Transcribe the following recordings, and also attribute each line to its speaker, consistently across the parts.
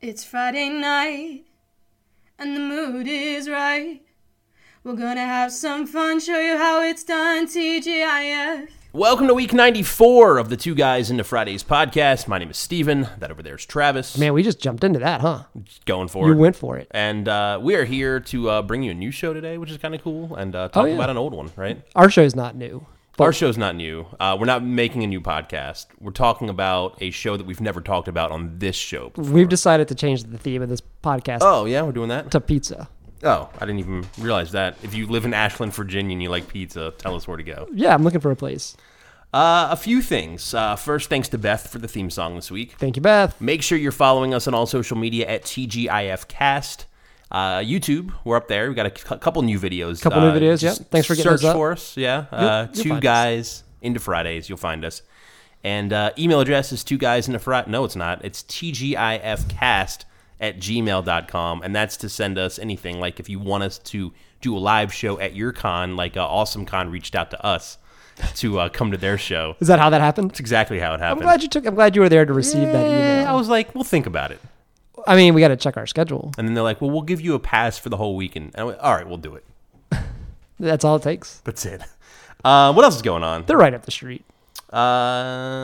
Speaker 1: It's Friday night, and the mood is right. We're gonna have some fun, show you how it's done, TGIF.
Speaker 2: Welcome to week 94 of the Two Guys into Fridays podcast. My name is Steven. That over there is Travis.
Speaker 3: Man, we just jumped into that, huh?
Speaker 2: Going for
Speaker 3: You
Speaker 2: it.
Speaker 3: went for it.
Speaker 2: And uh, we are here to uh, bring you a new show today, which is kind of cool, and uh, talk
Speaker 3: Oh, yeah. Oh.
Speaker 2: about an old one, right?
Speaker 3: Our show's not new.
Speaker 2: Our show's not new. Uh, we're not making a new podcast. We're talking about a show that we've never talked about on this show. before.
Speaker 3: We've decided to change the theme of this podcast
Speaker 2: Oh, yeah, we're doing that?
Speaker 3: to pizza.
Speaker 2: Oh, I didn't even realize that. If you live in Ashland, Virginia, and you like pizza, tell us where to go.
Speaker 3: Yeah, I'm looking for a place.
Speaker 2: Uh, a few things. Uh, first, thanks to Beth for the theme song this week.
Speaker 3: Thank you, Beth.
Speaker 2: Make sure you're following us on all social media at TGIFcast. Uh, YouTube, we're up there. We got a c- couple new videos.
Speaker 3: Couple
Speaker 2: uh,
Speaker 3: new videos,
Speaker 2: just
Speaker 3: yep. Thanks for getting
Speaker 2: search
Speaker 3: those up.
Speaker 2: for us. Yeah, uh,
Speaker 3: you'll
Speaker 2: two
Speaker 3: find us.
Speaker 2: guys into Fridays. You'll find us. And uh, email address is two guys into Friday. No, it's not. It's TGIFcast at gmail.com. And that's to send us anything. Like if you want us to do a live show at your con, like uh, Awesome Con reached out to us to uh, come to their show.
Speaker 3: Is that how that happened?
Speaker 2: That's exactly how it
Speaker 3: I'm
Speaker 2: happened.
Speaker 3: glad you took. I'm glad you were there to receive that
Speaker 2: Eh, I
Speaker 3: email.
Speaker 2: was like, we'll think about it.
Speaker 3: I mean, we got to check our schedule.
Speaker 2: And then they're like, "Well, we'll give you a pass for the whole weekend." And I went, "All right, we'll do it.
Speaker 3: That's all it takes.
Speaker 2: That's it." Uh, what else is going on?
Speaker 3: They're right up the street.
Speaker 2: Uh,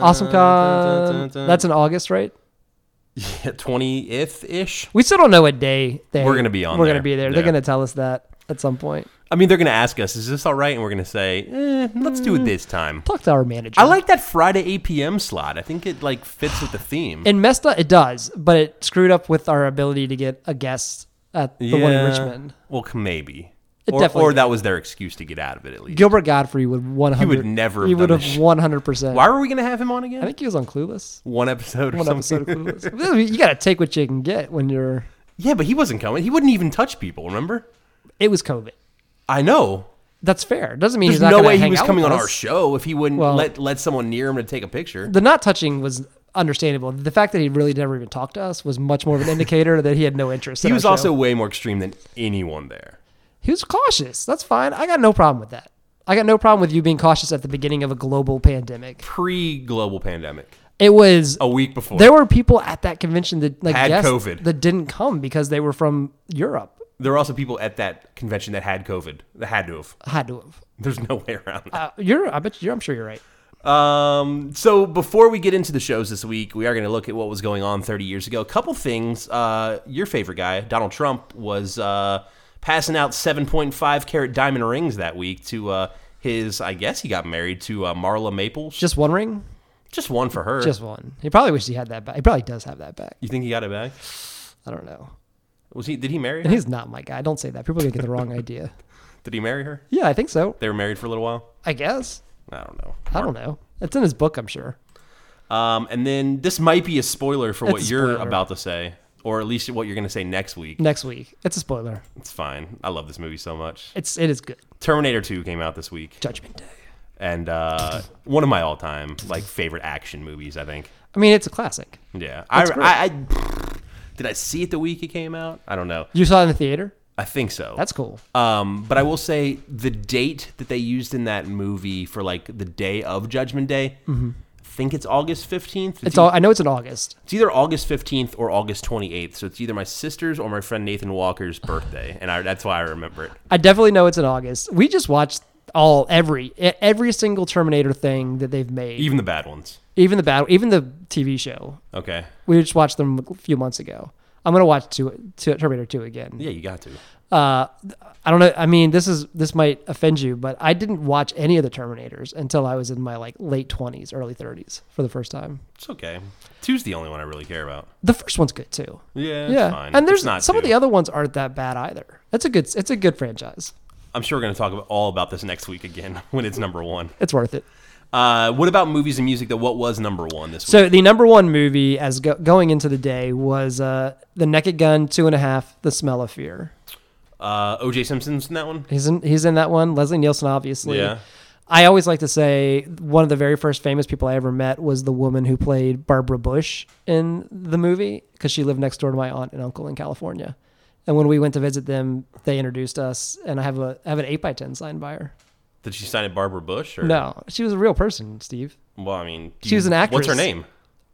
Speaker 3: Awesome Con. That's in August, right?
Speaker 2: twentieth ish.
Speaker 3: We still don't know what day they.
Speaker 2: We're gonna be on
Speaker 3: We're
Speaker 2: there.
Speaker 3: gonna be there. They're
Speaker 2: Yeah.
Speaker 3: gonna tell us that at some point.
Speaker 2: I mean, they're gonna ask us, "Is this all right?" And we're gonna say, eh, "Let's do
Speaker 3: Mm.
Speaker 2: it this time."
Speaker 3: Talk to our manager.
Speaker 2: I like that Friday eight PM slot. I think it like fits with the theme.
Speaker 3: And messed up. It does, but it screwed up with our ability to get a guest at the one in
Speaker 2: Yeah.
Speaker 3: Richmond.
Speaker 2: Well, c- maybe.
Speaker 3: It
Speaker 2: Or,
Speaker 3: definitely
Speaker 2: or that was their excuse to get out of it at least.
Speaker 3: Gilbert Godfrey would one hundred.
Speaker 2: never have
Speaker 3: He
Speaker 2: done
Speaker 3: would
Speaker 2: this
Speaker 3: have
Speaker 2: shit.
Speaker 3: one hundred percent.
Speaker 2: Why were we gonna have him on
Speaker 3: I
Speaker 2: again?
Speaker 3: think he was on Clueless.
Speaker 2: One episode or
Speaker 3: One
Speaker 2: something.
Speaker 3: episode of Clueless. you got to take what you can get when you're.
Speaker 2: Yeah, but he wasn't coming. He wouldn't even touch people. Remember?
Speaker 3: It was COVID.
Speaker 2: I know.
Speaker 3: That's fair. Doesn't mean he's
Speaker 2: There's
Speaker 3: not
Speaker 2: no
Speaker 3: gonna
Speaker 2: way he
Speaker 3: hang
Speaker 2: was
Speaker 3: out
Speaker 2: coming
Speaker 3: with
Speaker 2: on
Speaker 3: us.
Speaker 2: our show if he wouldn't
Speaker 3: Well-
Speaker 2: let let someone near him to take a picture.
Speaker 3: The not touching was understandable. The fact that he really never even talked to us was much more of an indicator that he had no interest.
Speaker 2: He
Speaker 3: in
Speaker 2: was
Speaker 3: our show.
Speaker 2: also way more extreme than anyone there.
Speaker 3: he was cautious. That's fine. I got no problem with that. I got no problem with you being cautious at the beginning of a global pandemic.
Speaker 2: Pre global pandemic,
Speaker 3: It was
Speaker 2: a week before.
Speaker 3: there were people at that convention that like
Speaker 2: Oh. Had
Speaker 3: guests
Speaker 2: COVID.
Speaker 3: that didn't come because they were from Europe.
Speaker 2: there were also people at that convention that had COVID. That had to have.
Speaker 3: Had to have.
Speaker 2: There's no way around that.
Speaker 3: Uh, you're. I bet you. I'm sure you're right.
Speaker 2: Um, so before we get into the shows this week, we are going to look at what was going on 30 years ago. A couple things. Uh, your favorite guy, Donald Trump, was uh, passing out 7.5 carat diamond rings that week to uh, his. I guess he got married to uh, Marla Maples.
Speaker 3: Just one ring.
Speaker 2: Just one for her.
Speaker 3: Just one. He probably wished he had that back. He probably does have that back.
Speaker 2: You think he got it back?
Speaker 3: I don't know.
Speaker 2: Was he? Did he marry?
Speaker 3: And
Speaker 2: Her?
Speaker 3: he's not my guy. Don't say that. People are gonna get the wrong idea.
Speaker 2: Did he marry her?
Speaker 3: Yeah, I think so.
Speaker 2: They were married for a little while.
Speaker 3: I guess.
Speaker 2: I don't know.
Speaker 3: I don't know. It's in his book, I'm sure.
Speaker 2: Um, and then this might be a spoiler for what
Speaker 3: It's a
Speaker 2: you're
Speaker 3: spoiler.
Speaker 2: about to say, or at least what you're going to say next week.
Speaker 3: Next week. It's a spoiler.
Speaker 2: It's fine. I love this movie so much.
Speaker 3: It's it is good.
Speaker 2: Terminator 2 came out this week,
Speaker 3: Judgment Day.
Speaker 2: and uh, one of my all-time like favorite action movies. I think.
Speaker 3: I mean, it's a classic.
Speaker 2: Yeah. I,
Speaker 3: That's great.
Speaker 2: I, I did I see it the week it came out. I don't know.
Speaker 3: You saw it in the theater.
Speaker 2: I think so.
Speaker 3: That's cool.
Speaker 2: Um, but I will say the date that they used in that movie for like the day of Judgment Day, I think it's August 15th. It's,
Speaker 3: Mm-hmm.
Speaker 2: e-
Speaker 3: It's all. I know it's in August.
Speaker 2: it's either August 15th or August 28th. So it's either my sister's or my friend Nathan Walker's birthday. And I, that's why I remember it.
Speaker 3: I definitely know it's in August. We just watched all every e, every single Terminator thing that they've made, even,
Speaker 2: Even the bad ones.
Speaker 3: the battle, even the TV show.
Speaker 2: Okay.
Speaker 3: We just watched them a few months ago. I'm gonna watch two, two, Terminator two again.
Speaker 2: Yeah, you got to.
Speaker 3: Uh, I don't know. I mean, this is this might offend you, but I didn't watch any of the Terminators until I was in my like late 20s, early 30s for the first time.
Speaker 2: It's okay. Two's the only one I really care about.
Speaker 3: The first one's good too.
Speaker 2: Yeah, it's
Speaker 3: yeah,
Speaker 2: fine.
Speaker 3: and there's
Speaker 2: It's not
Speaker 3: some of
Speaker 2: two.
Speaker 3: the other ones aren't that bad either. It's a good it's a good franchise.
Speaker 2: I'm sure we're going to talk about, all about this next week again when it's number one.
Speaker 3: It's worth it.
Speaker 2: Uh, what about movies and music, though? What was number one this week?
Speaker 3: So the number one movie as go- going into the day was uh, the Naked Gun two and a half, The Smell of Fear.
Speaker 2: Uh, O.J. Simpson's in that one?
Speaker 3: He's in he's in that one. Leslie Nielsen, obviously.
Speaker 2: Yeah.
Speaker 3: I always like to say one of the very first famous people I ever met was the woman who played Barbara Bush in the movie because she lived next door to my aunt and uncle in California. And when we went to visit them, they introduced us, and I have a I have an eight by ten signed by her.
Speaker 2: Did she sign it Barbara Bush? Or?
Speaker 3: No, she was a real person, Steve.
Speaker 2: Well, I mean, do
Speaker 3: She was an
Speaker 2: What's her
Speaker 3: actress.
Speaker 2: name?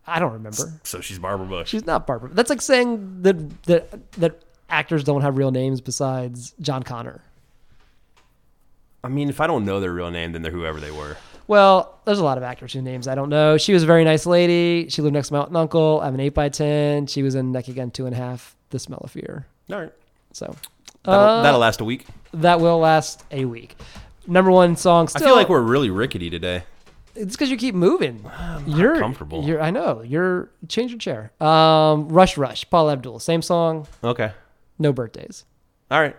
Speaker 3: I don't remember.
Speaker 2: So she's Barbara Bush.
Speaker 3: She's not Barbara. That's like saying that that that actors don't have real names besides John Connor.
Speaker 2: I mean, if I don't know their real name, then they're whoever they were.
Speaker 3: Well, there's a lot of actors whose names I don't know. She was a very nice lady. She lived next to my aunt and uncle. I'm an eight by ten. She was in Neck Again Two and a Half, The Smell of Fear.
Speaker 2: All right.
Speaker 3: So
Speaker 2: That'll,
Speaker 3: uh,
Speaker 2: that'll last a week.
Speaker 3: that will last a week. Number one song
Speaker 2: I
Speaker 3: still.
Speaker 2: feel like we're really rickety today.
Speaker 3: It's because you keep moving. you're
Speaker 2: comfortable.
Speaker 3: You're, I know. You're change your chair. Um, Rush, Rush, Paul Abdul, same song.
Speaker 2: Okay.
Speaker 3: No birthdays.
Speaker 2: All right.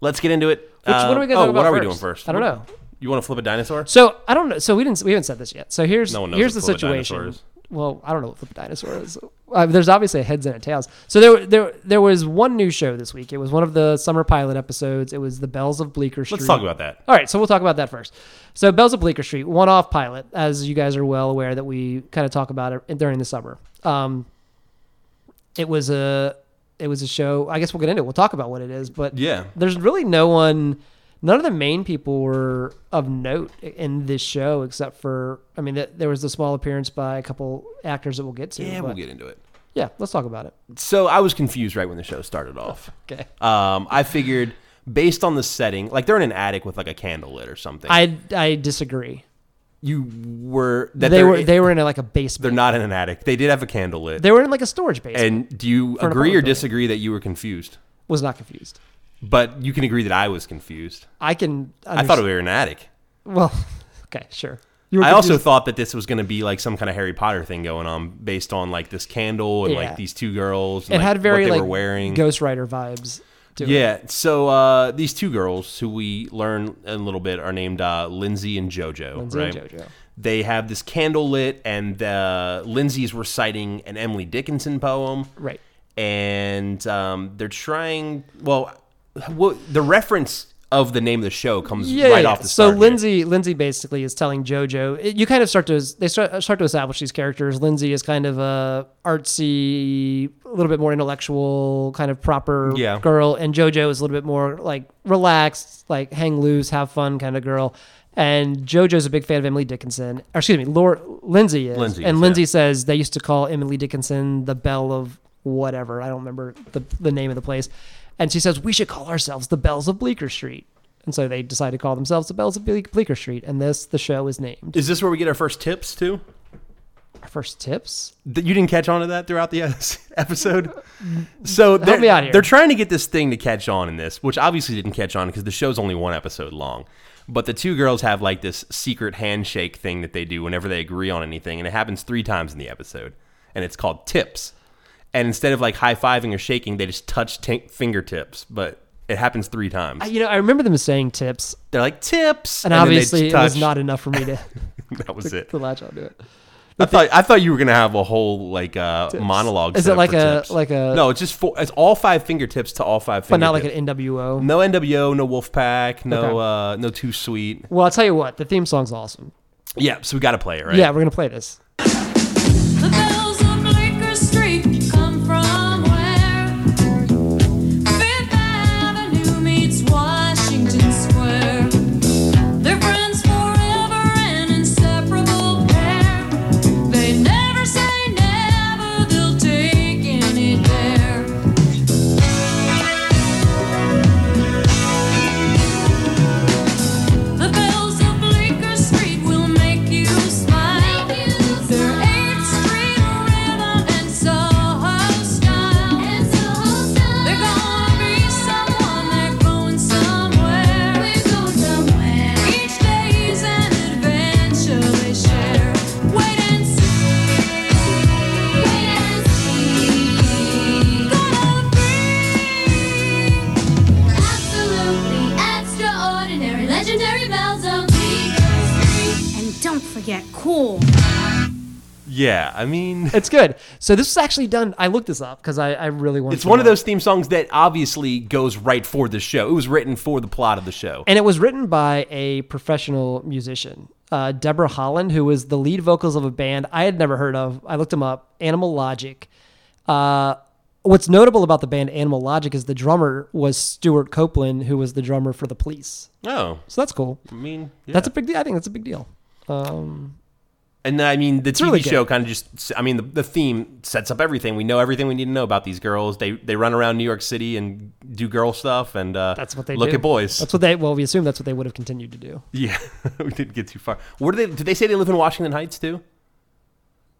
Speaker 2: Let's get into it.
Speaker 3: Which what are we gonna
Speaker 2: oh,
Speaker 3: talk about
Speaker 2: what are
Speaker 3: first?
Speaker 2: we doing first?
Speaker 3: I don't
Speaker 2: What-
Speaker 3: know.
Speaker 2: You want to flip a dinosaur?
Speaker 3: So I don't know. So we didn't. We haven't said this yet. So here's
Speaker 2: No one knows
Speaker 3: here's the
Speaker 2: what flip a
Speaker 3: situation.
Speaker 2: dinosaur is.
Speaker 3: Well, I don't know what flip a dinosaur is. Uh, there's obviously a heads and a tails. So there there there was one new show this week. It was one of the summer pilot episodes. It was the Bells of Bleecker Street.
Speaker 2: Let's talk about that.
Speaker 3: All right, so we'll talk about that first. So Bells of Bleecker Street, one-off pilot, as you guys are well aware that we kind of talk about it during the summer. Um, it was a it was a show. I guess we'll get into it. We'll talk about what it is, but
Speaker 2: Yeah.
Speaker 3: there's really no one. None of the main people were of note in this show, except for I mean, th- there was the small appearance by a couple actors that we'll get to.
Speaker 2: Yeah, we'll
Speaker 3: but-
Speaker 2: get into it.
Speaker 3: Yeah, let's talk about it.
Speaker 2: So I was confused right when the show started off.
Speaker 3: Okay.
Speaker 2: Um, I figured based on the setting, like they're in an attic with like a candle lit or something.
Speaker 3: I I disagree.
Speaker 2: you were that
Speaker 3: they
Speaker 2: they're
Speaker 3: were
Speaker 2: in-
Speaker 3: they were in a, like a
Speaker 2: they're
Speaker 3: basement.
Speaker 2: not in an attic. They did have a candle lit.
Speaker 3: They were in like a storage basement.
Speaker 2: and do you agree or
Speaker 3: an apartment building.
Speaker 2: disagree that you were confused?
Speaker 3: was not confused.
Speaker 2: But you can agree that I was confused.
Speaker 3: I can.
Speaker 2: I thought we were in an attic.
Speaker 3: Well, okay, sure. You were
Speaker 2: I
Speaker 3: confused-
Speaker 2: also thought that this was going to be like some kind of Harry Potter thing going on, based on like this candle and
Speaker 3: Yeah.
Speaker 2: like these two girls. And,
Speaker 3: it
Speaker 2: like,
Speaker 3: had very
Speaker 2: what they
Speaker 3: like
Speaker 2: were wearing.
Speaker 3: Ghost Rider vibes. To it.
Speaker 2: yeah. So uh, these two girls, who we learn a little bit, are named uh, Lindsay and JoJo.
Speaker 3: Lindsay
Speaker 2: right?
Speaker 3: and JoJo.
Speaker 2: They have this candle lit, and uh, Lindsay's reciting an Emily Dickinson poem.
Speaker 3: Right.
Speaker 2: and um, they're trying. Well, well, the reference of the name of the show comes
Speaker 3: Yeah,
Speaker 2: right
Speaker 3: yeah,
Speaker 2: off
Speaker 3: yeah.
Speaker 2: the
Speaker 3: so
Speaker 2: start. here.
Speaker 3: Lindsay, Lindsay basically is telling JoJo. it- you kind of start to they start, start to establish these characters. Lindsay is kind of a artsy, a little bit more intellectual, kind of proper
Speaker 2: Yeah.
Speaker 3: girl, and JoJo is a little bit more like relaxed, like hang loose, have fun kind of girl. And JoJo's a big fan of Emily Dickinson, or excuse me, Laura, Lindsay is,
Speaker 2: Lindsay
Speaker 3: and
Speaker 2: is,
Speaker 3: Lindsay
Speaker 2: yeah.
Speaker 3: says they used to call Emily Dickinson the Belle of whatever. I don't remember the the name of the place. And she says we should call ourselves the Bells of Bleecker Street. And so they decide to call themselves the Bells of Ble- Bleecker Street. And this the show is named.
Speaker 2: is this where we get our first tips too?
Speaker 3: Our first tips.
Speaker 2: That you didn't catch on to that throughout the uh, episode. So they're,
Speaker 3: me out here.
Speaker 2: they're trying to get this thing to catch on in this, which obviously didn't catch on because the show's only one episode long. But the two girls have like this secret handshake thing that they do whenever they agree on anything, and it happens three times in the episode, and it's called tips. And instead of like high fiving or shaking, they just touch t- fingertips, but it happens three times.
Speaker 3: I, you know, I remember them saying tips,
Speaker 2: They're like tips,
Speaker 3: and,
Speaker 2: then they
Speaker 3: obviously it was
Speaker 2: touch.
Speaker 3: not enough for me to,
Speaker 2: that was it.
Speaker 3: to latch onto it.
Speaker 2: I thought I thought you were gonna have a whole like uh, monologue.
Speaker 3: Is
Speaker 2: set
Speaker 3: it
Speaker 2: up
Speaker 3: like
Speaker 2: for
Speaker 3: a-
Speaker 2: tips.
Speaker 3: like a-
Speaker 2: no? It's just four. It's all five fingertips to all five.
Speaker 3: But not like
Speaker 2: fingertips.
Speaker 3: an NWO.
Speaker 2: no NWO, no Wolfpack, no uh, no Too Sweet.
Speaker 3: Well, I'll tell you what, the theme song's awesome.
Speaker 2: Yeah, so we gotta play it, right?
Speaker 3: Yeah, we're going to play this.
Speaker 4: The bells of Bleecker Street come from where? Fifth Avenue meets Washington Square. They're friends forever, an inseparable pair. They never say never, they'll take any dare. The bells of Bleecker Street will make you smile. Their Eighth Street rhythm and Soho style. They're gonna be someone. They're going somewhere. Each day is an adventure they share. Wait and see. Wait and see. Gonna be Absolutely extraordinary, legendary bells of Bleecker Street.
Speaker 5: And don't forget cool.
Speaker 2: Yeah, I mean,
Speaker 3: It's good. So this was actually done. I looked this up because I, I really wanted
Speaker 2: it's
Speaker 3: to
Speaker 2: one of
Speaker 3: know.
Speaker 2: those theme songs that obviously goes right for the show. It was written for the plot of the show.
Speaker 3: And it was written by a professional musician, uh, Deborah Holland, who was the lead vocals of a band I had never heard of. I looked them up, Animal Logic. Uh, what's notable about the band Animal Logic is the drummer was Stuart Copeland, who was the drummer for The Police.
Speaker 2: oh,
Speaker 3: So that's cool.
Speaker 2: I mean, yeah.
Speaker 3: That's a big deal. I think that's a big deal.
Speaker 2: And I mean, the TV
Speaker 3: really
Speaker 2: show
Speaker 3: good.
Speaker 2: kind of just, I mean, the, the theme sets up everything. We know everything we need to know about these girls. They they run around New York City and do girl stuff, and uh,
Speaker 3: That's what they
Speaker 2: look
Speaker 3: do.
Speaker 2: at boys.
Speaker 3: That's what they. Well, we assume that's what they would have continued to do.
Speaker 2: yeah, we didn't get too far. Where do they? Did they say they live in Washington Heights too?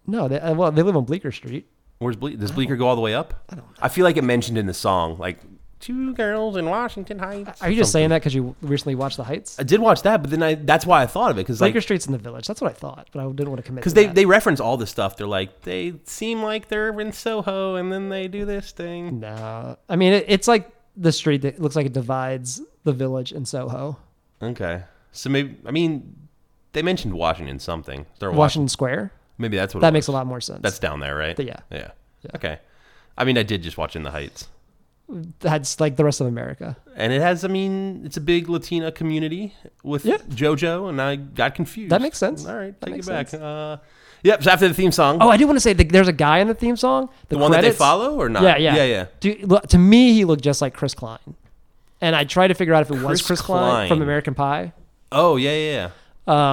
Speaker 3: No, they, uh, well, they live on Bleecker Street.
Speaker 2: Where's Ble- does Bleecker go all the way up? I don't. Know. I feel like it mentioned in the song, like two girls in Washington Heights.
Speaker 3: Are you just saying that because you recently watched The Heights?
Speaker 2: I did watch that, but then I that's why I thought of it because like
Speaker 3: Bleecker Street's in the village. That's what I thought, but I didn't want to commit.
Speaker 2: because
Speaker 3: Because
Speaker 2: they, they reference all this stuff. They're like they seem like they're in Soho, and then they do this thing.
Speaker 3: no, I mean it, it's like the street that looks like it divides the village and Soho,
Speaker 2: Okay, so maybe I mean they mentioned Washington something. They're Washington.
Speaker 3: Washington Square.
Speaker 2: Maybe that's what
Speaker 3: That
Speaker 2: it
Speaker 3: makes
Speaker 2: was.
Speaker 3: a lot more sense.
Speaker 2: That's down there, right?
Speaker 3: Yeah.
Speaker 2: yeah, Okay, I mean I did just watch In the Heights,
Speaker 3: that's like the rest of America.
Speaker 2: and it has I mean it's a big Latina community with
Speaker 3: Yeah.
Speaker 2: JoJo, and I got confused.
Speaker 3: That makes sense.
Speaker 2: All right,
Speaker 3: That
Speaker 2: take it
Speaker 3: makes
Speaker 2: back.
Speaker 3: sense.
Speaker 2: Uh, yep. So after the theme song,
Speaker 3: Oh, I do want to say the, there's a guy in the theme song.
Speaker 2: the one that they
Speaker 3: credits-
Speaker 2: follow or not?
Speaker 3: Yeah, yeah,
Speaker 2: yeah, yeah.
Speaker 3: Do, look, to me, he looked just like Chris Klein, and I tried to figure out if it was
Speaker 2: Chris
Speaker 3: Chris Klein,
Speaker 2: Klein.
Speaker 3: from American Pie.
Speaker 2: Oh yeah, yeah, yeah.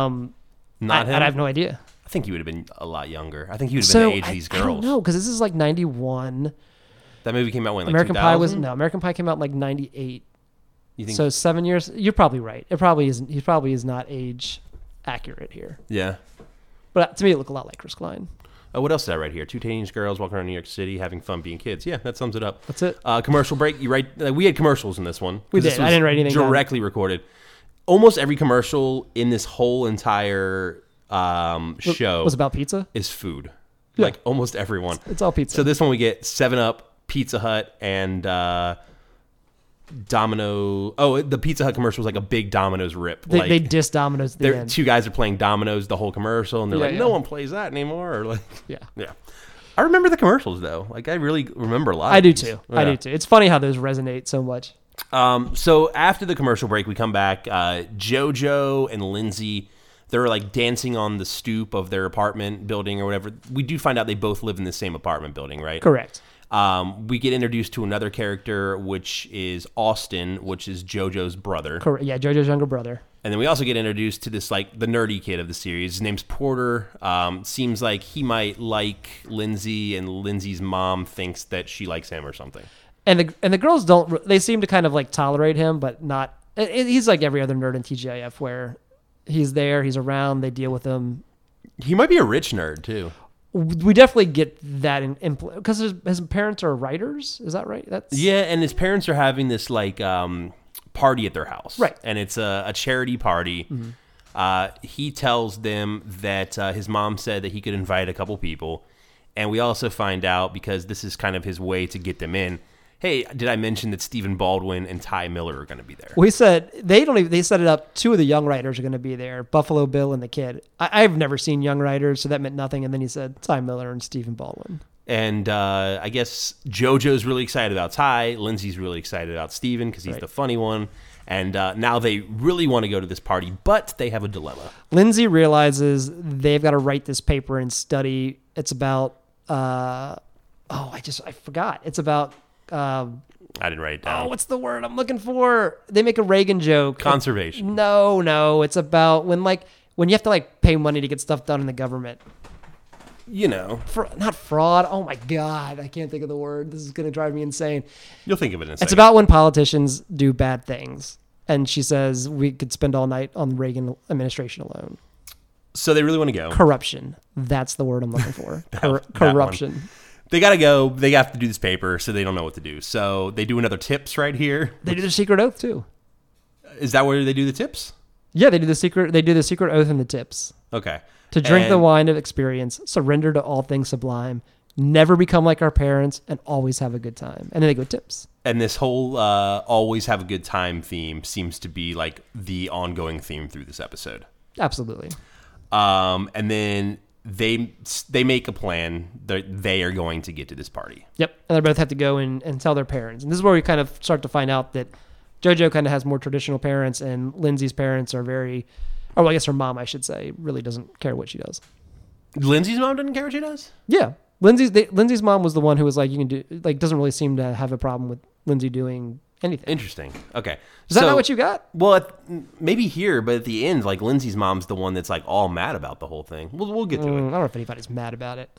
Speaker 3: Um,
Speaker 2: Not
Speaker 3: I,
Speaker 2: him.
Speaker 3: and I have no idea.
Speaker 2: I think he would have been a lot younger. I think he would have
Speaker 3: so
Speaker 2: been the age
Speaker 3: I,
Speaker 2: of these
Speaker 3: I don't
Speaker 2: girls.
Speaker 3: know because this is like '91.
Speaker 2: That movie came out when like
Speaker 3: American Pie was
Speaker 2: 2000?
Speaker 3: no. American Pie came out in like '98.
Speaker 2: You think?
Speaker 3: So seven years. You're probably right. It probably isn't. He probably is not age accurate here.
Speaker 2: yeah.
Speaker 3: But to me, it looked a lot like Chris Klein.
Speaker 2: Oh, what else did I write here? Two teenage girls walking around New York City, having fun, being kids. Yeah, that sums it up.
Speaker 3: That's it.
Speaker 2: Uh, commercial break. You write. Uh, we had commercials in this one. 'cause
Speaker 3: We
Speaker 2: this
Speaker 3: did. I
Speaker 2: was
Speaker 3: didn't write anything down.
Speaker 2: Directly recorded. Almost every commercial in this whole entire um, show
Speaker 3: was about pizza.
Speaker 2: is food. Like almost everyone.
Speaker 3: It's all pizza.
Speaker 2: So this one we get Seven Up, Pizza Hut, and uh, Domino. Oh, the Pizza Hut commercial was like a big Domino's rip.
Speaker 3: they,
Speaker 2: like,
Speaker 3: they diss Domino's at the
Speaker 2: they're,
Speaker 3: end.
Speaker 2: two guys are playing dominoes the whole commercial, and they're
Speaker 3: Yeah,
Speaker 2: like, "No
Speaker 3: yeah.
Speaker 2: one plays that anymore." Or like,
Speaker 3: yeah.
Speaker 2: yeah. I remember the commercials though. Like, I really remember a lot. of
Speaker 3: I do
Speaker 2: these.
Speaker 3: too. I do too. It's funny how those resonate so much.
Speaker 2: Um, so after the commercial break, we come back. Uh, JoJo and Lindsay, they're like dancing on the stoop of their apartment building or whatever. We do find out they both live in the same apartment building, right?
Speaker 3: Correct.
Speaker 2: Um, we get introduced to another character, which is Austin, which is JoJo's brother.
Speaker 3: Correct. Yeah, JoJo's younger brother.
Speaker 2: And then we also get introduced to this like the nerdy kid of the series. His name's Porter. Um, seems like he might like Lindsay, and Lindsay's mom thinks that she likes him or something.
Speaker 3: And the and the girls don't. re- They seem to kind of like tolerate him, but not. i- i- He's like every other nerd in TGIF, where he's there, he's around, they deal with him.
Speaker 2: He might be a rich nerd too.
Speaker 3: We definitely get that in because his, his parents are writers. Is that right? That's
Speaker 2: Yeah, and his parents are having this like um, party at their house,
Speaker 3: Right.
Speaker 2: And it's a, a charity party. Uh, he tells them that uh, his mom said that he could invite a couple people, and we also find out because this is kind of his way to get them in. Hey, did I mention that Stephen Baldwin and Ty Miller are going to be there?
Speaker 3: We said they don't even. They set it up. Two of the young writers are going to be there: Buffalo Bill and the kid. I, I've never seen young writers, so that meant nothing. And then he said Ty Miller and Stephen Baldwin.
Speaker 2: And uh, I guess JoJo's really excited about Ty. Lindsay's really excited about Steven because he's the funny one. And uh, now they really want to go to this party, but they have a dilemma.
Speaker 3: Lindsay realizes they've got to write this paper and study. It's about uh, oh, I just I forgot. It's about um,
Speaker 2: I didn't write it
Speaker 3: oh,
Speaker 2: down.
Speaker 3: what's the word I'm looking for? They make a Reagan joke.
Speaker 2: Conservation.
Speaker 3: no, no, it's about when like when you have to like pay money to get stuff done in the government.
Speaker 2: You know,
Speaker 3: Fra- not fraud. Oh my god, I can't think of the word. This is gonna drive me insane.
Speaker 2: you'll think of it in a second.
Speaker 3: It's about when politicians do bad things. And she says we could spend all night on the Reagan administration alone.
Speaker 2: so they really want to go.
Speaker 3: corruption. That's the word I'm looking for. Cor-
Speaker 2: that one.
Speaker 3: corruption.
Speaker 2: They got to go. They have to do this paper, so they don't know what to do. So they do another tips right here.
Speaker 3: They do the secret oath too.
Speaker 2: Is that where they do the tips?
Speaker 3: Yeah, they do the secret. They do the secret oath and the tips
Speaker 2: Okay.
Speaker 3: to drink the
Speaker 2: And-
Speaker 3: wine of experience, surrender to all things sublime, never become like our parents, and always have a good time. And then they go tips.
Speaker 2: And this whole uh, always have a good time theme seems to be like the ongoing theme through this episode.
Speaker 3: Absolutely.
Speaker 2: Um, and then they they make a plan that they are going to get to this party.
Speaker 3: Yep. And they both have to go and, and tell their parents. And this is where we kind of start to find out that JoJo kind of has more traditional parents, and Lindsay's parents are very, or well, I guess her mom, I should say, really doesn't care what she does.
Speaker 2: Lindsay's mom doesn't care what she does.
Speaker 3: Yeah, Lindsay's they, Lindsay's mom was the one who was like, you can do like doesn't really seem to have a problem with Lindsay doing anything.
Speaker 2: Interesting. Okay.
Speaker 3: Is that not what you got?
Speaker 2: Well, at, maybe here, but at the end, like Lindsay's mom's the one that's like all mad about the whole thing. We'll we'll get to
Speaker 3: Mm, I
Speaker 2: it. Uh,
Speaker 3: don't know if anybody's mad about it.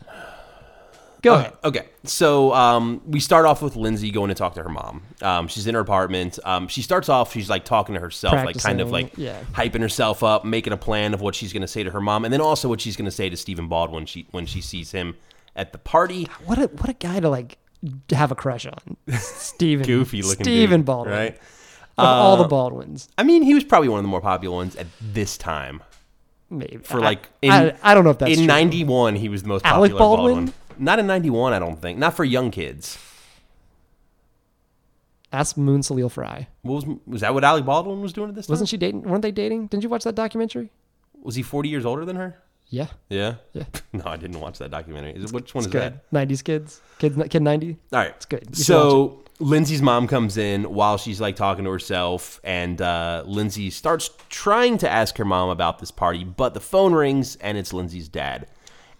Speaker 3: Go ahead.
Speaker 2: Okay, so um, we start off with Lindsay going to talk to her mom. Um, she's in her apartment. Um, she starts off, she's like talking to herself, like kind of
Speaker 3: Practicing,
Speaker 2: like
Speaker 3: yeah.
Speaker 2: hyping herself up, making a plan of what she's going to say to her mom, and then also what she's going to say to Stephen Baldwin she, when she sees him at the party.
Speaker 3: What a what a guy to like have a crush on. Steven
Speaker 2: Goofy looking,
Speaker 3: Steven
Speaker 2: dude,
Speaker 3: Baldwin.
Speaker 2: right? Uh,
Speaker 3: Of all the Baldwins,
Speaker 2: I mean, he was probably one of the more popular ones at this time.
Speaker 3: maybe.
Speaker 2: For like
Speaker 3: I, I, I don't know if that's
Speaker 2: in
Speaker 3: true.
Speaker 2: '91, he was the most
Speaker 3: Alec
Speaker 2: popular
Speaker 3: Baldwin?
Speaker 2: Not in '91, I don't think. Not for young kids.
Speaker 3: Ask Moon Salil Fry.
Speaker 2: What was was that what Alec Baldwin was doing at this time?
Speaker 3: Wasn't she dating? Weren't they dating? Didn't you watch that documentary?
Speaker 2: was he 40 years older than her?
Speaker 3: Yeah,
Speaker 2: Yeah.
Speaker 3: Yeah.
Speaker 2: no, I didn't watch that documentary. Is it, which one
Speaker 3: it's
Speaker 2: is
Speaker 3: good. Nineties kids, kids, kid ninety.
Speaker 2: that? All right.
Speaker 3: It's good. You should
Speaker 2: So Lindsay's mom comes in while she's like talking to herself, and uh, Lindsay starts trying to ask her mom about this party, but the phone rings and it's Lindsay's dad.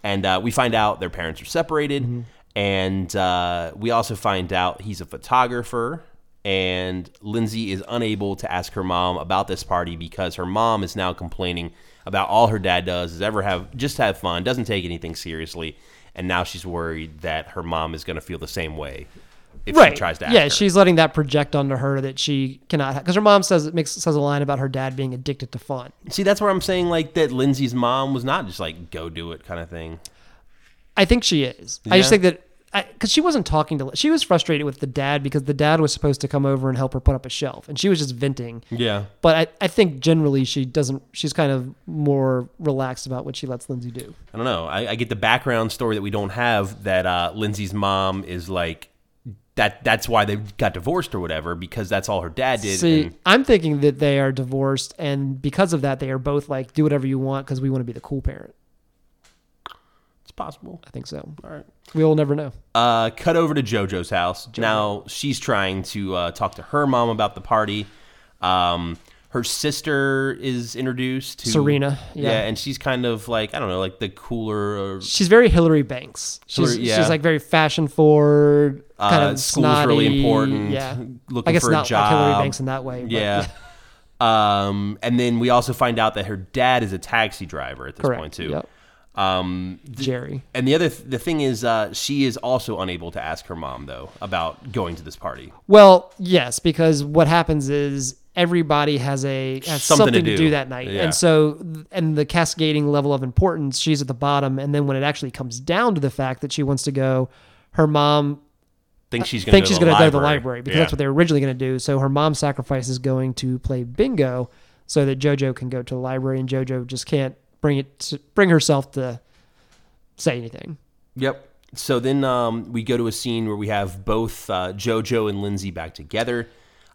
Speaker 2: And uh, we find out their parents are separated, and uh, we also find out he's a photographer. And Lindsay is unable to ask her mom about this party because her mom is now complaining about all her dad does is ever have just have fun, doesn't take anything seriously, and now she's worried that her mom is going to feel the same way if she tries to ask
Speaker 3: yeah,
Speaker 2: her.
Speaker 3: she's letting that project onto her that she cannot because her mom says it makes says a line about her dad being addicted to fun.
Speaker 2: See, that's where I'm saying like that Lindsay's mom was not just like go do it kind of thing.
Speaker 3: I think she is. I just
Speaker 2: Yeah?
Speaker 3: think that because she wasn't talking to she was frustrated with the dad because the dad was supposed to come over and help her put up a shelf and she was just venting.
Speaker 2: Yeah.
Speaker 3: But I, I think generally she doesn't. She's kind of more relaxed about what she lets Lindsay do.
Speaker 2: I don't know. I, I get the background story that we don't have that uh, Lindsay's mom is like that that's why they got divorced or whatever because that's all her dad did
Speaker 3: See,
Speaker 2: and
Speaker 3: I'm thinking that they are divorced, and because of that, they are both like, do whatever you want because we want to be the cool parent.
Speaker 2: it's possible.
Speaker 3: I think so.
Speaker 2: All right.
Speaker 3: We'll never know.
Speaker 2: Uh, cut over to JoJo's house. Now she's trying to uh, talk to her mom about the party. Um, her sister is introduced to
Speaker 3: Serena, yeah.
Speaker 2: and she's kind of like I don't know, like the cooler, uh,
Speaker 3: She's very Hillary Banks. She's,
Speaker 2: Hillary- yeah.
Speaker 3: she's like very fashion forward. Kind
Speaker 2: Uh,
Speaker 3: of
Speaker 2: school's really
Speaker 3: snotty,
Speaker 2: important,
Speaker 3: Yeah,
Speaker 2: looking
Speaker 3: I guess
Speaker 2: for a
Speaker 3: not Like Hillary
Speaker 2: job.
Speaker 3: Banks in that way. but-
Speaker 2: Yeah. um, and then we also find out that her dad is a taxi driver at this
Speaker 3: correct.
Speaker 2: point too.
Speaker 3: Yep.
Speaker 2: Um,
Speaker 3: Jerry.
Speaker 2: and the other th- the thing is, uh, she is also unable to ask her mom though about going to this party.
Speaker 3: Well, yes, because what happens is everybody has a has something, to, do. that night,
Speaker 2: Yeah.
Speaker 3: and so and the cascading level of importance, she's at the bottom, and then when it actually comes down to the fact that she wants to go, her mom
Speaker 2: Think she's gonna go
Speaker 3: thinks she's
Speaker 2: to
Speaker 3: going
Speaker 2: the
Speaker 3: to go to the
Speaker 2: library.
Speaker 3: library because
Speaker 2: Yeah.
Speaker 3: that's what they were originally going to do. So her mom sacrifices going to play bingo so that JoJo can go to the library, and JoJo just can't bring it to, bring herself to say anything.
Speaker 2: Yep. So then um, we go to a scene where we have both uh, JoJo and Lindsay back together.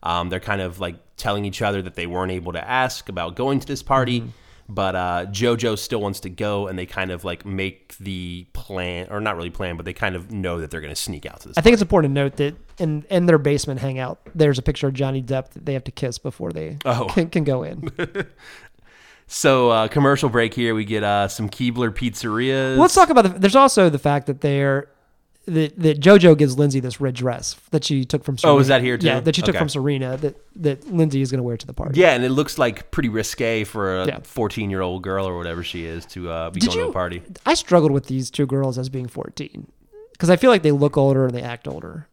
Speaker 2: Um, they're kind of like telling each other that they weren't able to ask about going to this party,
Speaker 3: Mm-hmm.
Speaker 2: but uh, JoJo still wants to go, and they kind of like make the plan, or not really plan, but they kind of know that they're going to sneak out to this.
Speaker 3: I think it's important to note that in in their basement hangout, there's a picture of Johnny Depp that they have to kiss before they
Speaker 2: Oh.
Speaker 3: can, can go in.
Speaker 2: so uh, commercial break here. We get uh, some Keebler pizzerias.
Speaker 3: Let's talk about the. There's also the fact that they're that, that JoJo gives Lindsay this red dress that she took from. Serena.
Speaker 2: Oh, is that here too?
Speaker 3: Yeah, that she took
Speaker 2: Okay.
Speaker 3: from Serena that that Lindsay is going to wear to the party.
Speaker 2: Yeah, and it looks like pretty risque for
Speaker 3: Yeah.
Speaker 2: a fourteen-year-old girl or whatever she is to uh, be
Speaker 3: Did
Speaker 2: going to
Speaker 3: you-
Speaker 2: a party.
Speaker 3: I struggled with these two girls as being 14 because I feel like they look older and they act older.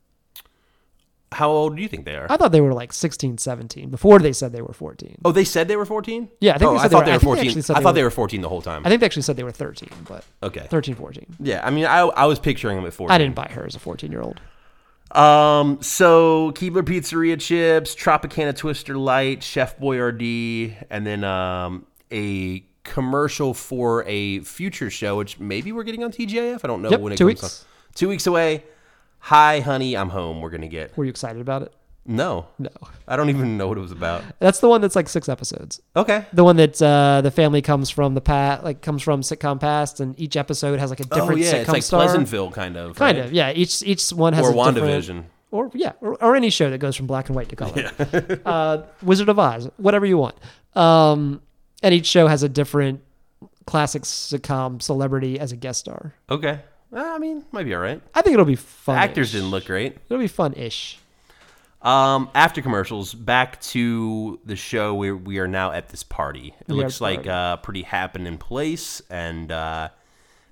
Speaker 2: How old do you think they are?
Speaker 3: I thought they were like 16, 17 before they said they were 14.
Speaker 2: Oh, they said they were 14?
Speaker 3: Yeah, I think
Speaker 2: oh,
Speaker 3: they said
Speaker 2: I
Speaker 3: they
Speaker 2: thought
Speaker 3: were-
Speaker 2: they
Speaker 3: I
Speaker 2: were
Speaker 3: think they
Speaker 2: 14.
Speaker 3: actually said
Speaker 2: I
Speaker 3: they
Speaker 2: thought
Speaker 3: were-
Speaker 2: they were 14 the whole time.
Speaker 3: I think they actually said they were 13, but
Speaker 2: okay.
Speaker 3: 13, 14.
Speaker 2: Yeah, I mean, I, I was picturing them at 14.
Speaker 3: I didn't buy her as a 14 year old.
Speaker 2: Um, so Keebler Pizzeria chips, Tropicana Twister Light, Chef Boyardee, and then um, a commercial for a future show, which maybe we're getting on TGIF. I don't know
Speaker 3: Yep,
Speaker 2: when it
Speaker 3: two
Speaker 2: comes
Speaker 3: weeks.
Speaker 2: on. Two weeks away. Hi, honey, I'm home. We're gonna get
Speaker 3: Were you excited about it?
Speaker 2: no,
Speaker 3: No.
Speaker 2: I don't even know what it was about.
Speaker 3: That's the one that's like six episodes.
Speaker 2: Okay,
Speaker 3: The one that uh, the family comes from the past, like comes from sitcom past, and each episode has like a different
Speaker 2: oh yeah,
Speaker 3: sitcom
Speaker 2: it's like
Speaker 3: star.
Speaker 2: Pleasantville kind of,
Speaker 3: Kind
Speaker 2: right?
Speaker 3: of, yeah. Each each one has
Speaker 2: or
Speaker 3: a different-
Speaker 2: WandaVision.
Speaker 3: or yeah, or, or any show that goes from black and white to color. uh, Wizard of Oz, whatever you want. Um, and each show has a different classic sitcom celebrity as a guest star.
Speaker 2: Okay, Uh, I mean, might be all right.
Speaker 3: I think it'll be fun.
Speaker 2: Actors didn't look great.
Speaker 3: It'll be fun ish.
Speaker 2: Um, after commercials, back to the show where we are now at this party. It
Speaker 3: We are
Speaker 2: looks
Speaker 3: at the
Speaker 2: like
Speaker 3: party.
Speaker 2: uh, pretty happen in place, and uh,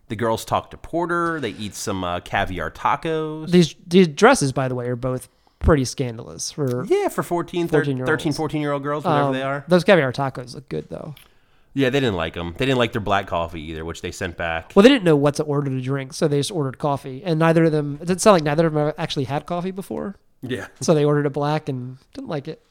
Speaker 2: the girls talk to Porter. They eat some uh, caviar tacos.
Speaker 3: These these dresses, by the way, are both pretty scandalous. For
Speaker 2: yeah, for 14, thir-
Speaker 3: 14-year-olds.
Speaker 2: 13, 14 year old girls, whatever
Speaker 3: um,
Speaker 2: they are.
Speaker 3: those caviar tacos look good though.
Speaker 2: Yeah, they didn't like them. They didn't like their black coffee either, which they sent back.
Speaker 3: Well, they didn't know what to order to drink, so they just ordered coffee, and neither of them. It didn't sound like neither of them actually had coffee before,
Speaker 2: Yeah.
Speaker 3: so they ordered a black and didn't like it.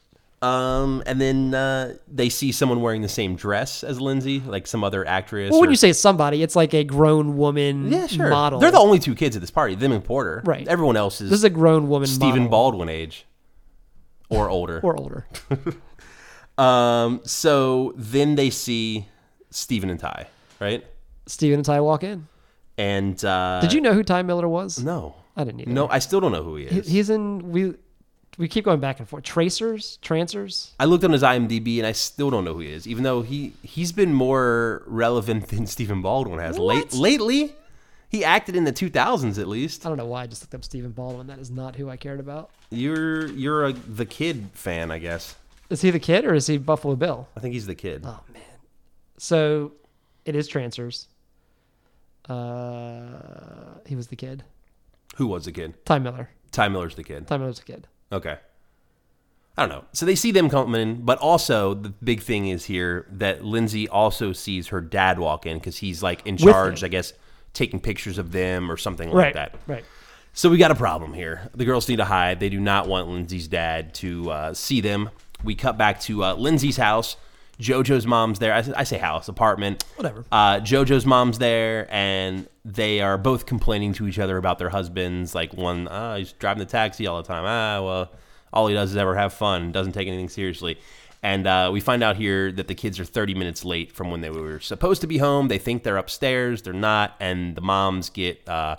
Speaker 2: Um, and then uh, they see someone wearing the same dress as Lindsay, like some other actress.
Speaker 3: Well, when
Speaker 2: or-
Speaker 3: you say somebody, it's like a grown woman
Speaker 2: yeah, sure.
Speaker 3: model.
Speaker 2: They're the only two kids at this party. Them and Porter.
Speaker 3: Right.
Speaker 2: Everyone else is,
Speaker 3: this is a grown woman
Speaker 2: Stephen
Speaker 3: model
Speaker 2: Baldwin age, or older.
Speaker 3: or older.
Speaker 2: um. So then they see Stephen and Ty, right?
Speaker 3: Stephen and Ty walk in.
Speaker 2: And uh,
Speaker 3: Did you know who Ty Miller was?
Speaker 2: No.
Speaker 3: I didn't either.
Speaker 2: No, I still don't know who he
Speaker 3: He-
Speaker 2: is.
Speaker 3: he's in we. We keep going back and forth. Tracers, Trancers.
Speaker 2: I looked on his IMDb and I still don't know who he is, even though he he's been more relevant than Stephen Baldwin has late lately. He acted in the 2000s at least.
Speaker 3: I don't know why I just looked up Stephen Baldwin. That is not who I cared about.
Speaker 2: You're you're a the kid fan, I guess.
Speaker 3: Is he the kid or is he Buffalo Bill?
Speaker 2: I think he's the kid.
Speaker 3: Oh man. So it is Trancers. Uh, he was the kid.
Speaker 2: Who was the kid?
Speaker 3: Ty Miller.
Speaker 2: Ty Miller's the kid.
Speaker 3: Ty Miller's the kid.
Speaker 2: Okay. I don't know. So they see them coming in, but also the big thing is here that Lindsay also sees her dad walk in because he's like in
Speaker 3: With
Speaker 2: charge,
Speaker 3: him.
Speaker 2: I guess, taking pictures of them or something like that.
Speaker 3: Right.
Speaker 2: So we got a problem here. The girls need to hide. They do not want Lindsay's dad to uh, see them. We cut back to uh, Lindsay's house. JoJo's mom's there. I, s- I say house, apartment.
Speaker 3: Whatever.
Speaker 2: Uh, JoJo's mom's there, and they are both complaining to each other about their husbands. Like one, ah, he's driving the taxi all the time. Ah, well, all he does is ever have fun. Doesn't take anything seriously. And uh, we find out here that the kids are 30 minutes late from when they were supposed to be home. They think they're upstairs. They're not. And the moms get uh,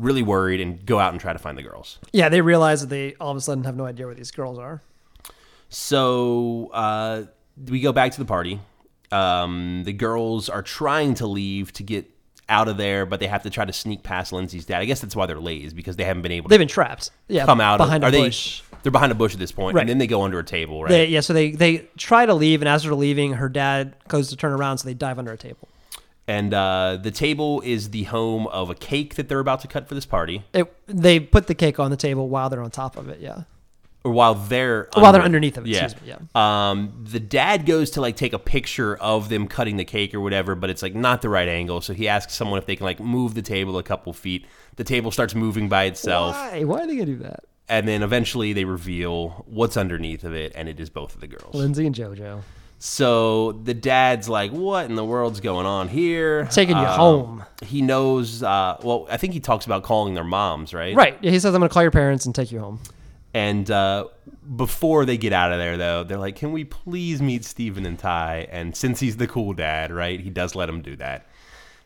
Speaker 2: really worried and go out and try to find the girls.
Speaker 3: Yeah, they realize that they all of a sudden have no idea where these girls are.
Speaker 2: So uh, we go back to the party. Um, the girls are trying to leave to get out of there, but they have to try to sneak past Lindsay's dad. I guess that's why they're late is because they haven't been able to
Speaker 3: They've been trapped. Yeah,
Speaker 2: come out of-
Speaker 3: behind
Speaker 2: are
Speaker 3: a
Speaker 2: they-
Speaker 3: bush.
Speaker 2: They're behind a bush at this point,
Speaker 3: Right.
Speaker 2: and then they go under a table, right?
Speaker 3: They, yeah, so they they try to leave, and as they're leaving, her dad goes to turn around, so they dive under a table.
Speaker 2: and uh, the table is the home of a cake that they're about to cut for this party,
Speaker 3: It, they put the cake on the table while they're on top of it. Yeah,
Speaker 2: or while they're
Speaker 3: While they're underneath of it,
Speaker 2: Yeah.
Speaker 3: excuse me,
Speaker 2: Um, the dad goes to like take a picture of them cutting the cake or whatever, but it's like not the right angle. So he asks someone if they can like move the table a couple feet. The table starts moving by itself.
Speaker 3: why? Why are they gonna do that?
Speaker 2: and then eventually they reveal what's underneath of it and it is both of the girls
Speaker 3: Lindsay and JoJo
Speaker 2: so the dad's like what in the world's going on here
Speaker 3: taking you
Speaker 2: Uh,
Speaker 3: home,
Speaker 2: he knows uh, well i think he talks about calling their moms right
Speaker 3: right? Yeah, he says, "I'm gonna call your parents and take you home."
Speaker 2: and uh, before they get out of there though they're like can we please meet steven and ty and since he's the cool dad right he does let him do that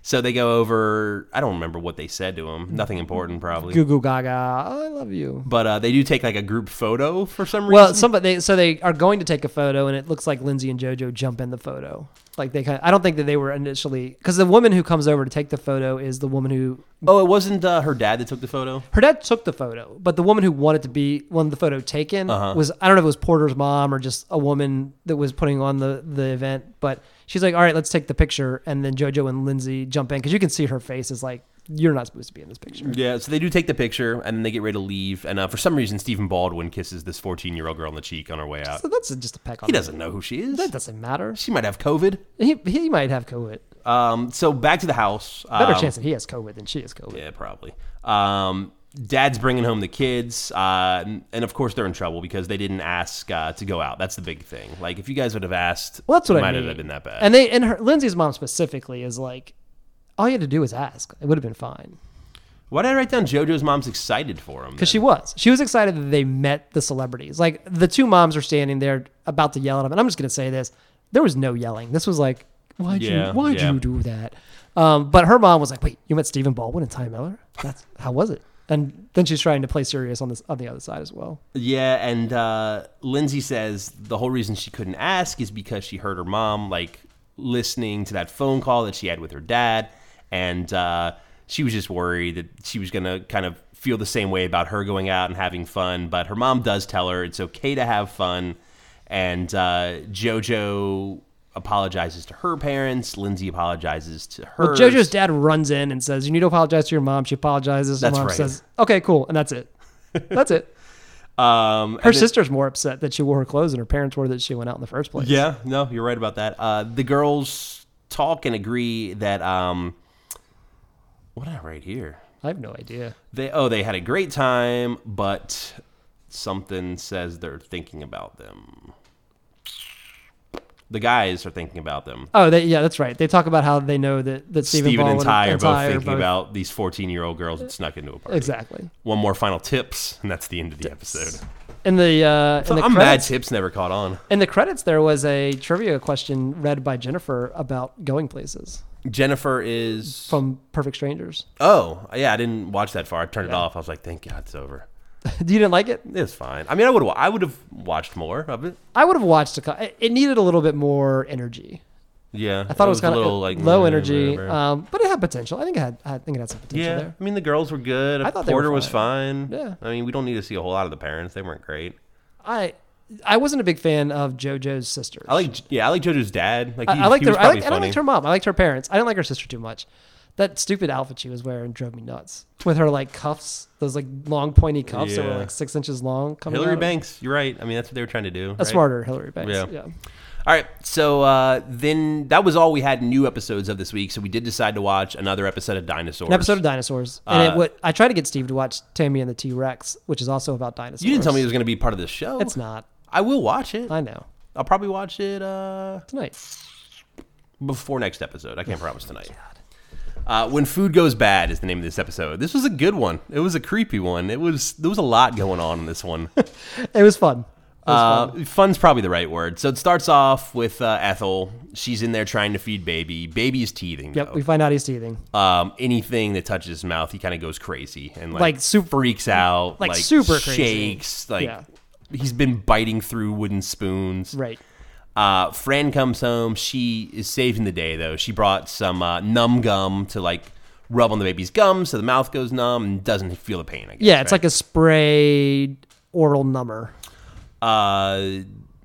Speaker 2: so they go over i don't remember what they said to him nothing important probably
Speaker 3: Goo goo gaga, I love you.
Speaker 2: but uh, they do take like a group photo for some reason
Speaker 3: Well, somebody they, so they are going to take a photo, and it looks like Lindsay and JoJo jump in the photo. Like they kind of, I don't think that they were initially because the woman who comes over to take the photo is the woman who
Speaker 2: oh it wasn't uh, her dad that took the photo
Speaker 3: her dad took the photo, but the woman who wanted to be wanted the photo taken was I don't know if it was Porter's mom or just a woman that was putting on the the event, but she's like, "All right, let's take the picture," and then JoJo and Lindsay jump in because you can see her face is like, "You're not supposed to be in this picture."
Speaker 2: Yeah, so they do take the picture and then they get ready to leave. And uh, for some reason, Stephen Baldwin kisses this 14 year old girl on the cheek on her way out.
Speaker 3: So that's just a peck on.
Speaker 2: He
Speaker 3: the-
Speaker 2: doesn't know who she is.
Speaker 3: That doesn't matter.
Speaker 2: She might have COVID.
Speaker 3: He he might have COVID.
Speaker 2: Um, so back to the house.
Speaker 3: Better
Speaker 2: Um,
Speaker 3: chance that he has COVID than she has COVID.
Speaker 2: Yeah, probably. Um, dad's bringing home the kids. Uh, and, and of course, they're in trouble because they didn't ask uh, to go out. That's the big thing. Like, if you guys would have asked,
Speaker 3: Well, that's what
Speaker 2: it
Speaker 3: I
Speaker 2: might
Speaker 3: mean.
Speaker 2: have been that bad.
Speaker 3: And they and her Lindsay's mom specifically is like, all you had to do was ask. It would have been fine
Speaker 2: Why did I write down JoJo's mom's excited for him?
Speaker 3: because she was. She was excited that they met the celebrities. Like the two moms are standing there about to yell at them. And I'm just gonna say this: there was no yelling. This was like, why'd
Speaker 2: Yeah,
Speaker 3: you why'd
Speaker 2: yeah.
Speaker 3: you do that? Um, but her mom was like, wait, you met Stephen Baldwin and Ty Miller? That's how was it? And then she's trying to play serious on this on the other side as well.
Speaker 2: Yeah, and uh, Lindsay says the whole reason she couldn't ask is because she heard her mom like listening to that phone call that she had with her dad, and uh, she was just worried that she was gonna kind of feel the same way about her going out and having fun, but her mom does tell her it's okay to have fun. And uh, JoJo apologizes to her parents. Lindsay apologizes to her.
Speaker 3: Well, JoJo's dad runs in and says, "You need to apologize to your mom." She apologizes. Her
Speaker 2: That's
Speaker 3: mom
Speaker 2: right.
Speaker 3: says, "Okay, cool," and that's it. That's it.
Speaker 2: um,
Speaker 3: Her
Speaker 2: and then-
Speaker 3: sister's more upset that she wore her clothes than her parents were that she went out in the first place.
Speaker 2: Yeah, no, you're right about that. Uh, the girls talk and agree that um, what I right here.
Speaker 3: I have no idea.
Speaker 2: They oh they had a great time, but something says they're thinking about them. The guys are thinking about them.
Speaker 3: Oh, they, yeah, that's right. They talk about how they know that that Stephen,
Speaker 2: Steven, and
Speaker 3: Baldwin
Speaker 2: Ty are
Speaker 3: and
Speaker 2: both
Speaker 3: Ty
Speaker 2: thinking about these 14 year old girls that snuck into a party.
Speaker 3: exactly.
Speaker 2: One more final tips, and that's the end of the episode.
Speaker 3: In the uh, in the
Speaker 2: I'm mad
Speaker 3: credits,
Speaker 2: tips never caught on.
Speaker 3: in the credits, there was a trivia question read by Jennifer about going places
Speaker 2: Jennifer is.
Speaker 3: from Perfect Strangers.
Speaker 2: Oh, yeah, I didn't watch that far. I turned it off. I was like, thank God it's over.
Speaker 3: you didn't like it?
Speaker 2: It's fine. I mean, I would I would have watched more of it.
Speaker 3: I would have watched a. cou- it- It needed a little bit more energy.
Speaker 2: Yeah,
Speaker 3: I thought it was, kind of low energy, um, but it had potential. I think it had. I think it had some potential
Speaker 2: yeah,
Speaker 3: there.
Speaker 2: I mean the girls were good.
Speaker 3: I thought they were
Speaker 2: Porter was fine.
Speaker 3: Yeah.
Speaker 2: I mean we don't need to see a whole lot of the parents. They weren't great.
Speaker 3: I I wasn't a big fan of JoJo's sisters.
Speaker 2: I like yeah, I like JoJo's dad. Like he,
Speaker 3: I, I liked
Speaker 2: he was
Speaker 3: her. I
Speaker 2: probably
Speaker 3: liked, and I
Speaker 2: funny.
Speaker 3: liked her mom. I liked her parents. I didn't like her sister too much. That stupid outfit she was wearing drove me nuts. With her like cuffs, those like long pointy cuffs that
Speaker 2: Yeah.
Speaker 3: were like six inches long. Coming
Speaker 2: Hillary
Speaker 3: out.
Speaker 2: Banks. You're right. I mean that's what they were trying to do.
Speaker 3: a
Speaker 2: right?
Speaker 3: smarter Hillary Banks.
Speaker 2: Yeah.
Speaker 3: Yeah.
Speaker 2: All right, so uh, then that was all we had new episodes of this week. So we did decide to watch another episode of Dinosaurs.
Speaker 3: An episode of dinosaurs, and
Speaker 2: Uh,
Speaker 3: it would, I tried to get Steve to watch Tammy and the T Rex, which is also about dinosaurs.
Speaker 2: You didn't tell me it was going to be part of this show.
Speaker 3: It's not.
Speaker 2: I will watch it.
Speaker 3: I know
Speaker 2: I'll probably watch it. Uh,
Speaker 3: tonight.
Speaker 2: before next episode. I
Speaker 3: Oh,
Speaker 2: can't promise tonight. Uh, when food goes bad is the name of this episode. This was a good one. It was a creepy one. It was there was a lot going on in this one.
Speaker 3: It was fun. It was fun.
Speaker 2: Uh, fun's probably the right word. So it starts off with uh, Ethel. She's in there trying to feed baby. Baby's teething.
Speaker 3: Yep,
Speaker 2: though.
Speaker 3: we find out he's teething.
Speaker 2: um, anything that touches his mouth, he kind of goes crazy and like,
Speaker 3: Like sup-
Speaker 2: freaks out,
Speaker 3: like super crazy.
Speaker 2: shakes, like
Speaker 3: Yeah.
Speaker 2: he's been biting through wooden spoons.
Speaker 3: Right.
Speaker 2: Uh, Fran comes home. She is saving the day, though. She brought some uh, numb gum to like rub on the baby's gum so the mouth goes numb and doesn't feel the pain. I guess,
Speaker 3: Yeah, it's
Speaker 2: right?
Speaker 3: like a sprayed oral number.
Speaker 2: Uh,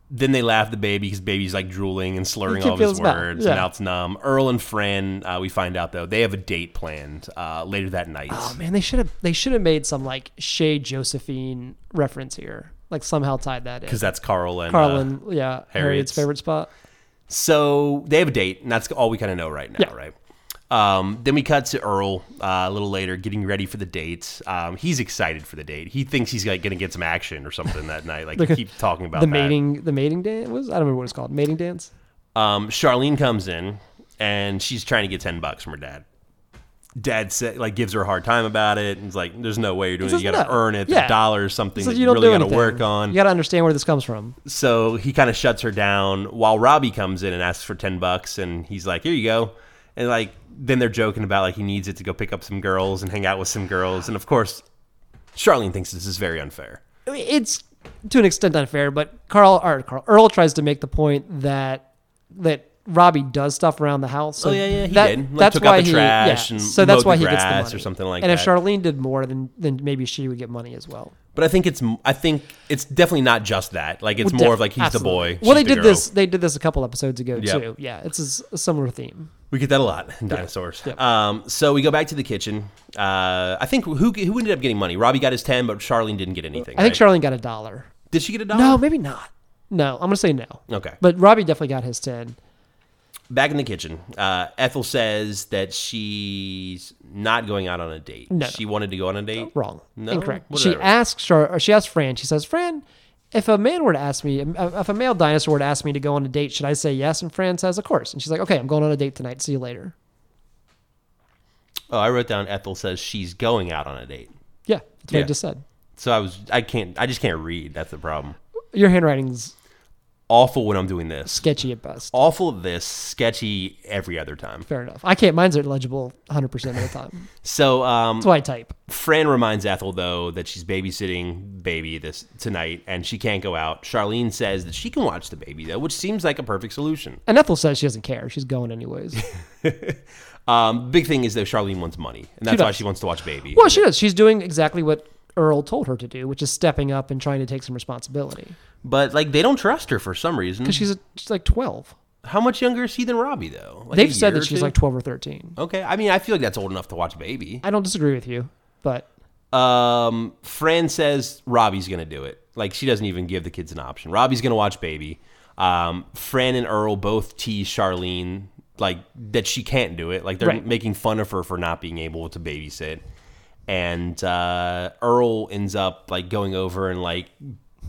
Speaker 2: then they laugh at the baby because baby's like drooling and slurring
Speaker 3: It
Speaker 2: all of his
Speaker 3: feels bad,
Speaker 2: words.
Speaker 3: yeah.
Speaker 2: And now it's numb. Earl and Fran, uh, we find out though they have a date planned uh, later that night.
Speaker 3: Oh man, they should have they should have made some like Shea Josephine reference here. Like somehow tied that in.
Speaker 2: because that's Carl and uh,
Speaker 3: Carlin, yeah,
Speaker 2: Harriet's.
Speaker 3: Harriet's favorite spot.
Speaker 2: So they have a date, and that's all we kind of know right now,
Speaker 3: Yeah.
Speaker 2: right? Um, then we cut to Earl uh, a little later, getting ready for the date. Um, he's excited for the date. He thinks he's like going to get some action or something that night. Like
Speaker 3: Like
Speaker 2: they
Speaker 3: a-
Speaker 2: keep talking about
Speaker 3: the
Speaker 2: that.
Speaker 3: mating the mating dance was I don't remember what it's called. Mating dance?
Speaker 2: Um, Charlene comes in, and she's trying to get ten bucks from her dad. Dad said, like gives her a hard time about it, and is like, "There's no way you're doing it.
Speaker 3: says
Speaker 2: You got to
Speaker 3: no.
Speaker 2: earn it.
Speaker 3: Yeah.
Speaker 2: The dollar is something
Speaker 3: So
Speaker 2: that
Speaker 3: you don't
Speaker 2: really
Speaker 3: do
Speaker 2: got to
Speaker 3: anything.
Speaker 2: work on.
Speaker 3: You gotta understand where this comes from.
Speaker 2: so he kind of shuts her down while Robbie comes in and asks for 10 bucks and he's like, "Here you go." And like then they're joking about like he needs it to go pick up some girls and hang out with some girls and of course Charlene thinks this is very unfair.
Speaker 3: It's to an extent unfair, but Carl or Carl Earl tries to make the point that that Robbie does stuff around the house. So
Speaker 2: Oh, yeah, yeah, he
Speaker 3: that-
Speaker 2: did. Like,
Speaker 3: that's
Speaker 2: took out
Speaker 3: why
Speaker 2: the
Speaker 3: he,
Speaker 2: trash
Speaker 3: yeah,
Speaker 2: and
Speaker 3: so that's
Speaker 2: mowed
Speaker 3: why
Speaker 2: the
Speaker 3: he gets the
Speaker 2: grass or
Speaker 3: money.
Speaker 2: something like
Speaker 3: and
Speaker 2: that.
Speaker 3: if Charlene did more, then then maybe she would get money as well.
Speaker 2: But I think it's I think it's definitely not just that. Like it's
Speaker 3: Well,
Speaker 2: more
Speaker 3: def-
Speaker 2: of like he's
Speaker 3: absolutely.
Speaker 2: the boy.
Speaker 3: Well, they
Speaker 2: she's the
Speaker 3: did
Speaker 2: girl.
Speaker 3: this. They did this a couple episodes ago
Speaker 2: Yep.
Speaker 3: too. Yeah, it's a, s- a similar theme.
Speaker 2: We get that a lot in dinosaurs.
Speaker 3: Yep.
Speaker 2: Um, so we go back to the kitchen. Uh, I think who who ended up getting money? Robbie got his 10, but Charlene didn't get anything.
Speaker 3: I think
Speaker 2: right?
Speaker 3: Charlene got a dollar.
Speaker 2: Did she get a dollar?
Speaker 3: No, maybe not. No, I'm gonna say no.
Speaker 2: Okay.
Speaker 3: But Robbie definitely got his ten.
Speaker 2: Back in the kitchen, uh, Ethel says that she's not going out on a date.
Speaker 3: No.
Speaker 2: She wanted to go on a date.
Speaker 3: Wrong.
Speaker 2: No?
Speaker 3: Incorrect. She
Speaker 2: Whatever.
Speaker 3: asks Char- or she asked Fran. She says, "Fran, if a man were to ask me, um, uh, if a male dinosaur were to ask me to go on a date, should I say yes?" And Fran says, "Of course." And she's like, "Okay, I'm going on a date tonight. See you later."
Speaker 2: Oh, I wrote down Ethel says she's going out on a date.
Speaker 3: Yeah, that's
Speaker 2: Yeah.
Speaker 3: what I just said.
Speaker 2: So I was I can't I just can't read. That's the problem.
Speaker 3: Your handwriting's
Speaker 2: awful when I'm doing this,
Speaker 3: sketchy at best.
Speaker 2: awful at this, sketchy every other time.
Speaker 3: Fair enough. I can't. Mine's are legible 100 percent of the time.
Speaker 2: So um,
Speaker 3: That's why I type.
Speaker 2: Fran reminds Ethel though that she's babysitting baby this tonight and she can't go out. Charlene says that she can watch the baby though, which seems like a perfect solution.
Speaker 3: And Ethel says she doesn't care. She's going anyways.
Speaker 2: Um, big thing is though Charlene wants money and that's why
Speaker 3: does.
Speaker 2: she wants to watch baby.
Speaker 3: well, she does. She's doing exactly what Earl told her to do, which is stepping up and trying to take some responsibility.
Speaker 2: But like they don't trust her for some reason.
Speaker 3: Because she's, a- she's like 12.
Speaker 2: How much younger is she than Robbie though? Like, a
Speaker 3: They've said
Speaker 2: year
Speaker 3: that
Speaker 2: or
Speaker 3: she's
Speaker 2: two?
Speaker 3: like 12 or 13.
Speaker 2: Okay, I mean I feel like that's old enough to watch baby.
Speaker 3: I don't disagree with you, but
Speaker 2: Um, Fran says Robbie's gonna do it. Like she doesn't even give the kids an option. Robbie's gonna watch baby. Um, Fran and Earl both tease Charlene like that she can't do it. Like they're
Speaker 3: Right.
Speaker 2: making fun of her for not being able to babysit. And uh, Earl ends up like going over and like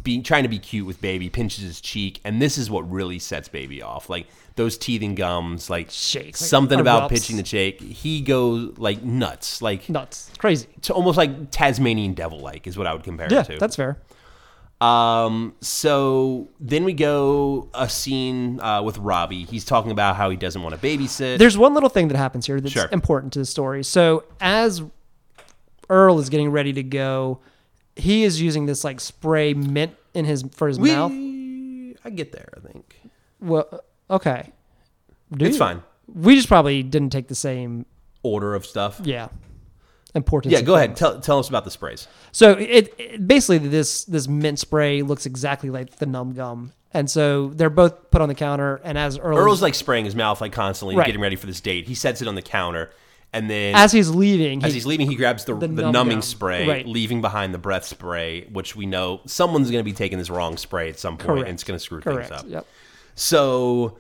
Speaker 2: being trying to be cute with baby, pinches his cheek, and this is what really sets baby off. Like those teething gums, like
Speaker 3: Shakes, like,
Speaker 2: something about
Speaker 3: erupts.
Speaker 2: pitching the shake. He goes like nuts, like
Speaker 3: nuts. It's crazy.
Speaker 2: to almost like Tasmanian devil like is what I would compare
Speaker 3: Yeah,
Speaker 2: it to.
Speaker 3: that's fair.
Speaker 2: um so then we go a scene uh, with Robbie. He's talking about how he doesn't want to babysit.
Speaker 3: There's one little thing that happens here that's
Speaker 2: Sure.
Speaker 3: important to the story. So as Earl is getting ready to go, he is using this like spray mint in his for his
Speaker 2: we,
Speaker 3: mouth.
Speaker 2: I get there, I think.
Speaker 3: Well, okay. Do
Speaker 2: It's
Speaker 3: you?
Speaker 2: fine.
Speaker 3: We just probably didn't take the same
Speaker 2: Order of stuff. Yeah,
Speaker 3: yeah importance. of
Speaker 2: go ahead.
Speaker 3: things.
Speaker 2: Tell tell us about the sprays.
Speaker 3: So it, it basically this this mint spray looks exactly like the num gum, and so they're both put on the counter. And as Earl
Speaker 2: Earl's like spraying his mouth like constantly
Speaker 3: Right.
Speaker 2: getting ready for this date. He sets it on the counter and then
Speaker 3: as he's leaving,
Speaker 2: As
Speaker 3: he,
Speaker 2: he's leaving, he grabs the, the,
Speaker 3: numb
Speaker 2: numbing
Speaker 3: gum.
Speaker 2: spray,
Speaker 3: Right.
Speaker 2: leaving behind the breath spray, which we know someone's going to be taking this wrong spray at some point, and it's going to screw
Speaker 3: correct.
Speaker 2: things up.
Speaker 3: Yep.
Speaker 2: So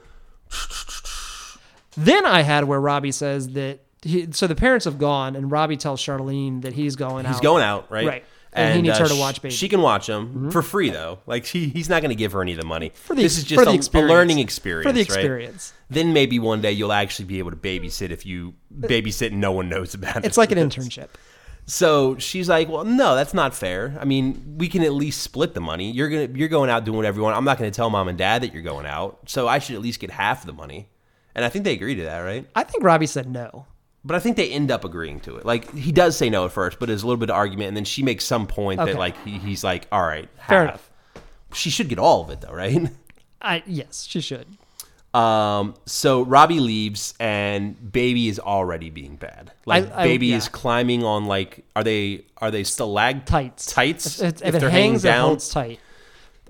Speaker 3: Then I had where Robbie says that. He, so the parents have gone, and Robbie tells Charlene that he's going out.
Speaker 2: he's going out, right? uh,
Speaker 3: Right. And he needs her to
Speaker 2: sh-
Speaker 3: watch Baby. Mm-hmm.
Speaker 2: She can watch him for free though. Like she, he's not going to give her any of the money.
Speaker 3: For the-
Speaker 2: this is
Speaker 3: for
Speaker 2: just
Speaker 3: the
Speaker 2: a, a
Speaker 3: experience.
Speaker 2: learning experience.
Speaker 3: for the
Speaker 2: right?
Speaker 3: experience.
Speaker 2: Then maybe one day you'll actually be able to babysit if you babysit and no one knows about it.
Speaker 3: It's like an internship.
Speaker 2: So she's like, "Well, no, that's not fair. I mean, we can at least split the money. You're gonna you're going out doing whatever you want. I'm not gonna tell mom and dad that you're going out. So I should at least get half the money." And I think they agree to that, right?
Speaker 3: I think Robbie said no.
Speaker 2: But I think they end up agreeing to it. Like he does say no at first, but there's a little bit of argument, and then she makes some point
Speaker 3: Okay.
Speaker 2: that like he, he's like, "All right, half.
Speaker 3: Fair enough.
Speaker 2: She should get all of it though, right?
Speaker 3: I yes, she should.
Speaker 2: Um, so Robbie leaves, and Baby is already being bad. Like
Speaker 3: I-
Speaker 2: Baby
Speaker 3: yeah.
Speaker 2: is climbing on like are they are they stalactites?
Speaker 3: Tights.
Speaker 2: Tights.
Speaker 3: If, if it hangs, it holds tight.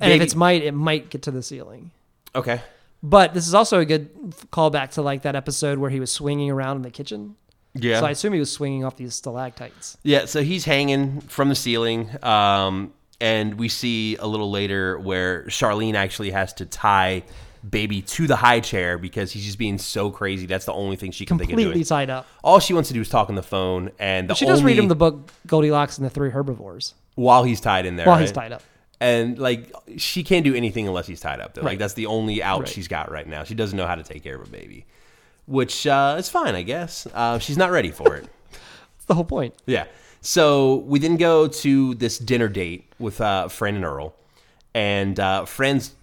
Speaker 3: And if
Speaker 2: Maybe-
Speaker 3: it's might, it might get to the ceiling.
Speaker 2: Okay.
Speaker 3: But this is also a good f- callback to like that episode where he was swinging around in the kitchen.
Speaker 2: Yeah.
Speaker 3: So I assume he was swinging off these stalactites.
Speaker 2: yeah. So he's hanging from the ceiling. Um, and we see a little later where Charlene actually has to tie baby to the high chair because he's just being so crazy. That's the only thing she can think of
Speaker 3: Completely
Speaker 2: doing.
Speaker 3: tied up.
Speaker 2: All she wants to do is talk on the phone, and the
Speaker 3: She does read
Speaker 2: only-
Speaker 3: him the book Goldilocks and the Three Herbivores
Speaker 2: while he's tied in there.
Speaker 3: while he's
Speaker 2: right?
Speaker 3: tied up.
Speaker 2: and like she can't do anything unless he's tied up though. Like
Speaker 3: Right.
Speaker 2: that's the only out
Speaker 3: Right.
Speaker 2: she's got right now. She doesn't know how to take care of a baby, which uh, is fine, I guess. Uh, she's not ready for it.
Speaker 3: That's the whole point.
Speaker 2: yeah. So we then go to this dinner date with uh, Fran and Earl, and uh, Fran's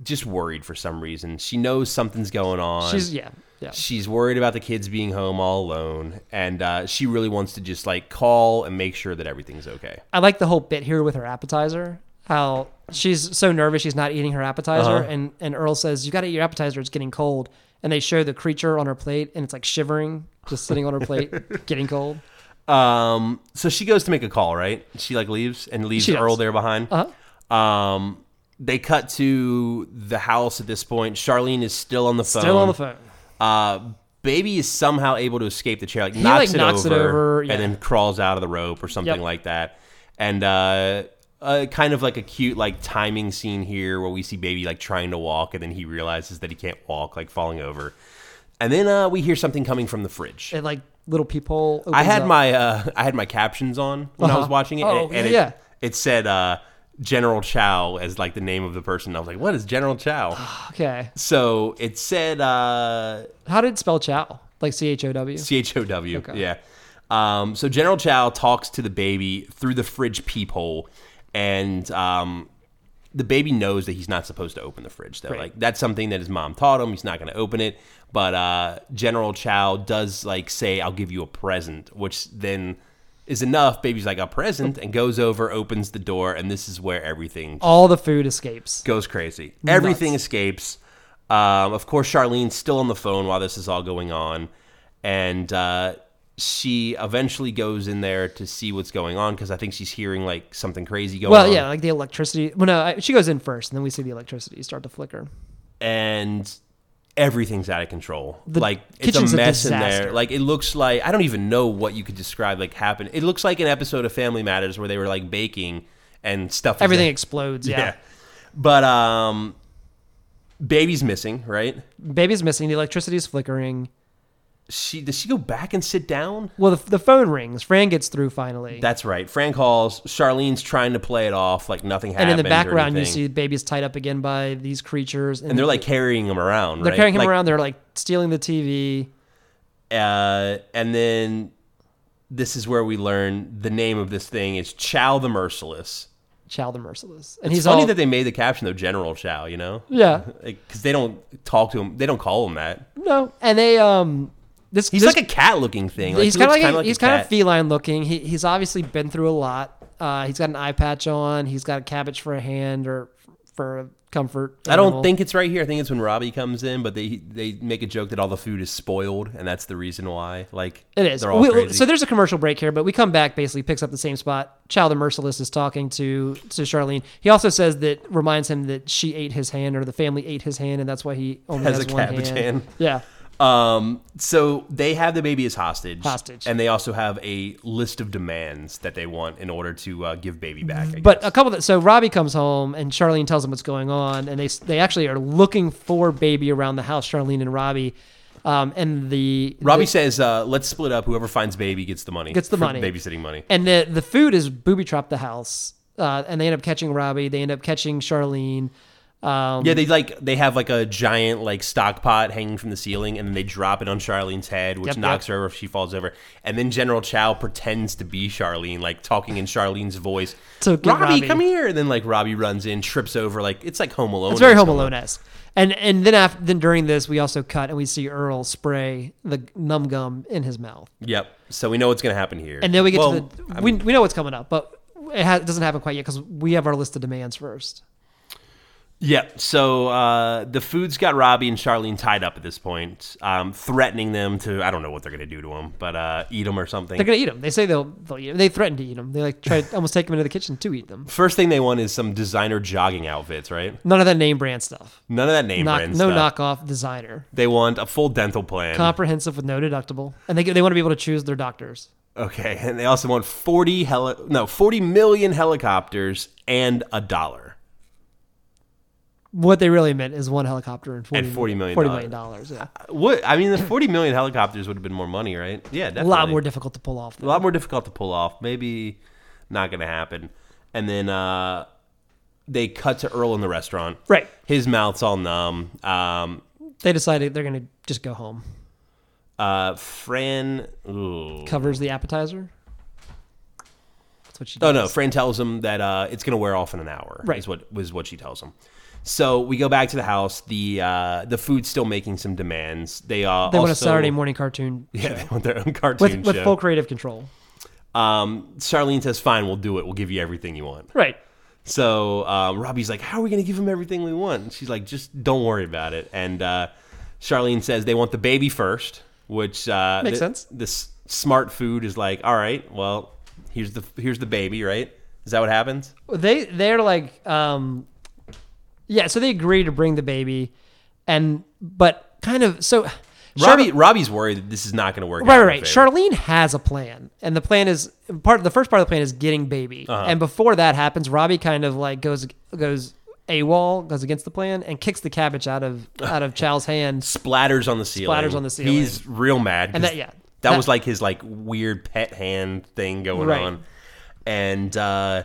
Speaker 2: just worried for some reason. She knows something's going on.
Speaker 3: She's yeah, yeah.
Speaker 2: She's worried about the kids being home all alone, and uh, she really wants to just like call and make sure that everything's okay.
Speaker 3: I like the whole bit here with her appetizer. How she's so nervous she's not eating her appetizer,
Speaker 2: Uh-huh.
Speaker 3: and and Earl says you got to eat your appetizer. It's getting cold, and they show the creature on her plate, and it's like shivering, just sitting on her plate, getting cold.
Speaker 2: Um, so she goes to make a call, right? She like leaves and leaves
Speaker 3: She does.
Speaker 2: Earl there behind. Uh-huh. Um, they cut to the house at this point. Charlene is still on the phone.
Speaker 3: Still on the phone.
Speaker 2: Uh, baby is somehow able to escape the chair. Like knocks,
Speaker 3: like,
Speaker 2: it,
Speaker 3: knocks it
Speaker 2: over
Speaker 3: over, yeah.
Speaker 2: and then crawls out of the rope or something
Speaker 3: Yep.
Speaker 2: like that. And uh, uh, kind of like a cute like timing scene here where we see baby like trying to walk and then he realizes that he can't walk, like falling over. And then uh, we hear something coming from the fridge.
Speaker 3: And like little peephole.
Speaker 2: I
Speaker 3: opens
Speaker 2: had
Speaker 3: up.
Speaker 2: my uh, I had my captions on when I was
Speaker 3: Uh-huh.
Speaker 2: watching it,
Speaker 3: Oh,
Speaker 2: and, and it,
Speaker 3: yeah.
Speaker 2: it said uh, General Chow as like the name of the person. I was like, "What is General Chow?"
Speaker 3: okay.
Speaker 2: so it said uh,
Speaker 3: How did it spell chow? Like C H O W.
Speaker 2: C H O W.
Speaker 3: Okay.
Speaker 2: Yeah. Um, so General Chow talks to the baby through the fridge peephole, and um, the baby knows that he's not supposed to open the fridge though. Like that's something that his mom taught him. He's not going to open it. But uh, General Chow does like say, "I'll give you a present," which then is enough. Baby's like a present and goes over, opens the door, and this is where everything
Speaker 3: All the food escapes.
Speaker 2: goes crazy. Everything escapes. Um, of course, Charlene's still on the phone while this is all going on, and uh, she eventually goes in there to see what's going on because I think she's hearing like something crazy going
Speaker 3: Well,
Speaker 2: on.
Speaker 3: yeah, like the electricity. Well, no, I, she goes in first, and then we see the electricity start to flicker.
Speaker 2: and everything's out of control. like it's
Speaker 3: kitchen's
Speaker 2: a
Speaker 3: a
Speaker 2: mess in there.
Speaker 3: disaster.
Speaker 2: Like it looks like I don't even know what you could describe like happened. It looks like an episode of Family Matters where they were like baking and stuff. was
Speaker 3: Everything
Speaker 2: in-
Speaker 3: explodes.
Speaker 2: yeah.
Speaker 3: Yeah.
Speaker 2: But um, baby's missing, right?
Speaker 3: baby's missing. The electricity's flickering.
Speaker 2: She does she go back and sit down?
Speaker 3: Well, the, the phone rings. Fran gets through finally,
Speaker 2: That's right. Frank calls. Charlene's trying to play it off like nothing
Speaker 3: and
Speaker 2: happened.
Speaker 3: in
Speaker 2: or
Speaker 3: the background you
Speaker 2: anything.
Speaker 3: see baby's tied up again by these creatures,
Speaker 2: and they're like carrying him around.
Speaker 3: they're
Speaker 2: right?
Speaker 3: carrying him
Speaker 2: Like,
Speaker 3: around. They're like stealing the TV.
Speaker 2: uh, and then this is where we learn the name of this thing is Chow the Merciless.
Speaker 3: Chow the merciless, and
Speaker 2: It's
Speaker 3: he's
Speaker 2: funny
Speaker 3: all
Speaker 2: that they made the caption though General Chow, you know,
Speaker 3: yeah
Speaker 2: because they don't talk to him, they don't call him that.
Speaker 3: no, and they um this
Speaker 2: He's
Speaker 3: this,
Speaker 2: like a cat looking thing. Like,
Speaker 3: he's
Speaker 2: he
Speaker 3: kind of
Speaker 2: looks
Speaker 3: like, a-
Speaker 2: kinda like
Speaker 3: he's
Speaker 2: a
Speaker 3: kind of
Speaker 2: cat.
Speaker 3: feline looking. He, he's obviously been through a lot. Uh, he's got an eye patch on. He's got a cabbage for a hand or for a comfort.
Speaker 2: I don't
Speaker 3: animal.
Speaker 2: think it's right here. I think it's when Robbie comes in, but they they make a joke that all the food is spoiled, and that's the reason why. Like
Speaker 3: it is.
Speaker 2: They're all
Speaker 3: We- we-
Speaker 2: crazy.
Speaker 3: so there's a commercial break here, but we come back. Basically, picks up the same spot. Chow the merciless is talking to to Charlene. He also says that reminds him that she ate his hand or the family ate his hand, and that's why he only
Speaker 2: Has
Speaker 3: has,
Speaker 2: a
Speaker 3: one
Speaker 2: cabbage hand.
Speaker 3: Yeah,
Speaker 2: Um, so they have the baby as hostage.
Speaker 3: Hostage.
Speaker 2: And they also have a list of demands that they want in order to uh, give baby back. I
Speaker 3: but
Speaker 2: guess.
Speaker 3: a couple. That, so Robbie comes home, and Charlene tells him what's going on, and they s- they actually are looking for baby around the house. Charlene and Robbie. Um, and the
Speaker 2: Robbie says, uh, let's split up. Whoever finds baby gets the money.
Speaker 3: Gets the
Speaker 2: for
Speaker 3: money.
Speaker 2: Babysitting money.
Speaker 3: And the the food is booby trapped the house, uh, and they end up catching Robbie. They end up catching Charlene. Um,
Speaker 2: Yeah, they like they have like a giant like stock pot hanging from the ceiling, and then they drop it on Charlene's head, which
Speaker 3: Yep,
Speaker 2: knocks
Speaker 3: yep.
Speaker 2: her over if she falls over. And then General Chow pretends to be Charlene, like talking in Charlene's voice.
Speaker 3: To
Speaker 2: Robbie,
Speaker 3: get Robbie.
Speaker 2: come here! And then like Robbie runs in, trips over, like it's like Home Alone.
Speaker 3: it's very
Speaker 2: or
Speaker 3: Home
Speaker 2: something.
Speaker 3: Alone esque. And and then after then during this, we also cut and we see Earl spray the num gum in his mouth,
Speaker 2: Yep. So we know what's gonna happen here.
Speaker 3: and then we get
Speaker 2: Well,
Speaker 3: to the we, we know what's coming up, but it, ha- it doesn't happen quite yet because we have our list of demands first.
Speaker 2: Yeah. So uh, the food's got Robbie and Charlene tied up at this point, um, threatening them to I don't know what they're gonna do to them, but uh, eat them or something.
Speaker 3: They're gonna eat them. They say they'll they'll eat them. They threaten to eat them. They like try to almost take them into the kitchen to eat them.
Speaker 2: First thing they want is some designer jogging outfits, right?
Speaker 3: None of that name brand stuff.
Speaker 2: None of that name
Speaker 3: Knock,
Speaker 2: brand
Speaker 3: no
Speaker 2: stuff.
Speaker 3: knockoff designer.
Speaker 2: They want a full dental plan.
Speaker 3: comprehensive with no deductible, and they they want to be able to choose their doctors.
Speaker 2: okay, and they also want forty heli- no forty million helicopters and a dollar.
Speaker 3: What they really meant is one helicopter and forty,
Speaker 2: And $40 million
Speaker 3: $40 million dollars. Yeah,
Speaker 2: What I mean, the forty million helicopters would have been more money, right? Yeah,
Speaker 3: a
Speaker 2: definitely.
Speaker 3: lot more difficult to pull off.
Speaker 2: a lot more difficult to pull off. Maybe not going to happen. And then uh, they cut to Earl in the restaurant.
Speaker 3: Right.
Speaker 2: His mouth's all numb. Um,
Speaker 3: They decided they're gonna just go home.
Speaker 2: uh, Fran. Ooh.
Speaker 3: Covers the appetizer. That's what she.
Speaker 2: Oh
Speaker 3: Does.
Speaker 2: no! Fran tells him that uh, it's gonna wear off in an hour.
Speaker 3: Right.
Speaker 2: is what was what she tells him. So we go back to the house. The uh, the food's still making some demands. They uh, also,
Speaker 3: They want a Saturday morning cartoon
Speaker 2: Yeah, they want their own cartoon
Speaker 3: with with
Speaker 2: show.
Speaker 3: full creative control.
Speaker 2: um, Charlene says, "Fine, we'll do it. We'll give you everything you want."
Speaker 3: Right.
Speaker 2: So um, Robbie's like, "How are we going to give him everything we want?" And she's like, "Just don't worry about it." And uh, Charlene says they want the baby first, which uh,
Speaker 3: Makes
Speaker 2: thi-
Speaker 3: sense.
Speaker 2: This smart food is like, "All right, well, here's the here's the baby, right?" Is that what happens?
Speaker 3: They they're like um, yeah. So they agree to bring the baby, and but kind of so.
Speaker 2: Robbie Robbie's worried that this is not going to work. out
Speaker 3: Right,
Speaker 2: in
Speaker 3: right,
Speaker 2: her
Speaker 3: right.
Speaker 2: favor.
Speaker 3: Charlene has a plan, and the plan is part. The first part of the plan is getting baby,
Speaker 2: Uh-huh.
Speaker 3: and before that happens, Robbie kind of like goes goes AWOL, goes against the plan, and kicks the cabbage out of out of Chow's hand.
Speaker 2: splatters on the ceiling.
Speaker 3: Splatters on the ceiling.
Speaker 2: He's real mad. 'cause
Speaker 3: And that- yeah.
Speaker 2: that,
Speaker 3: That-
Speaker 2: was like his like weird pet hand thing going
Speaker 3: Right.
Speaker 2: on. And uh,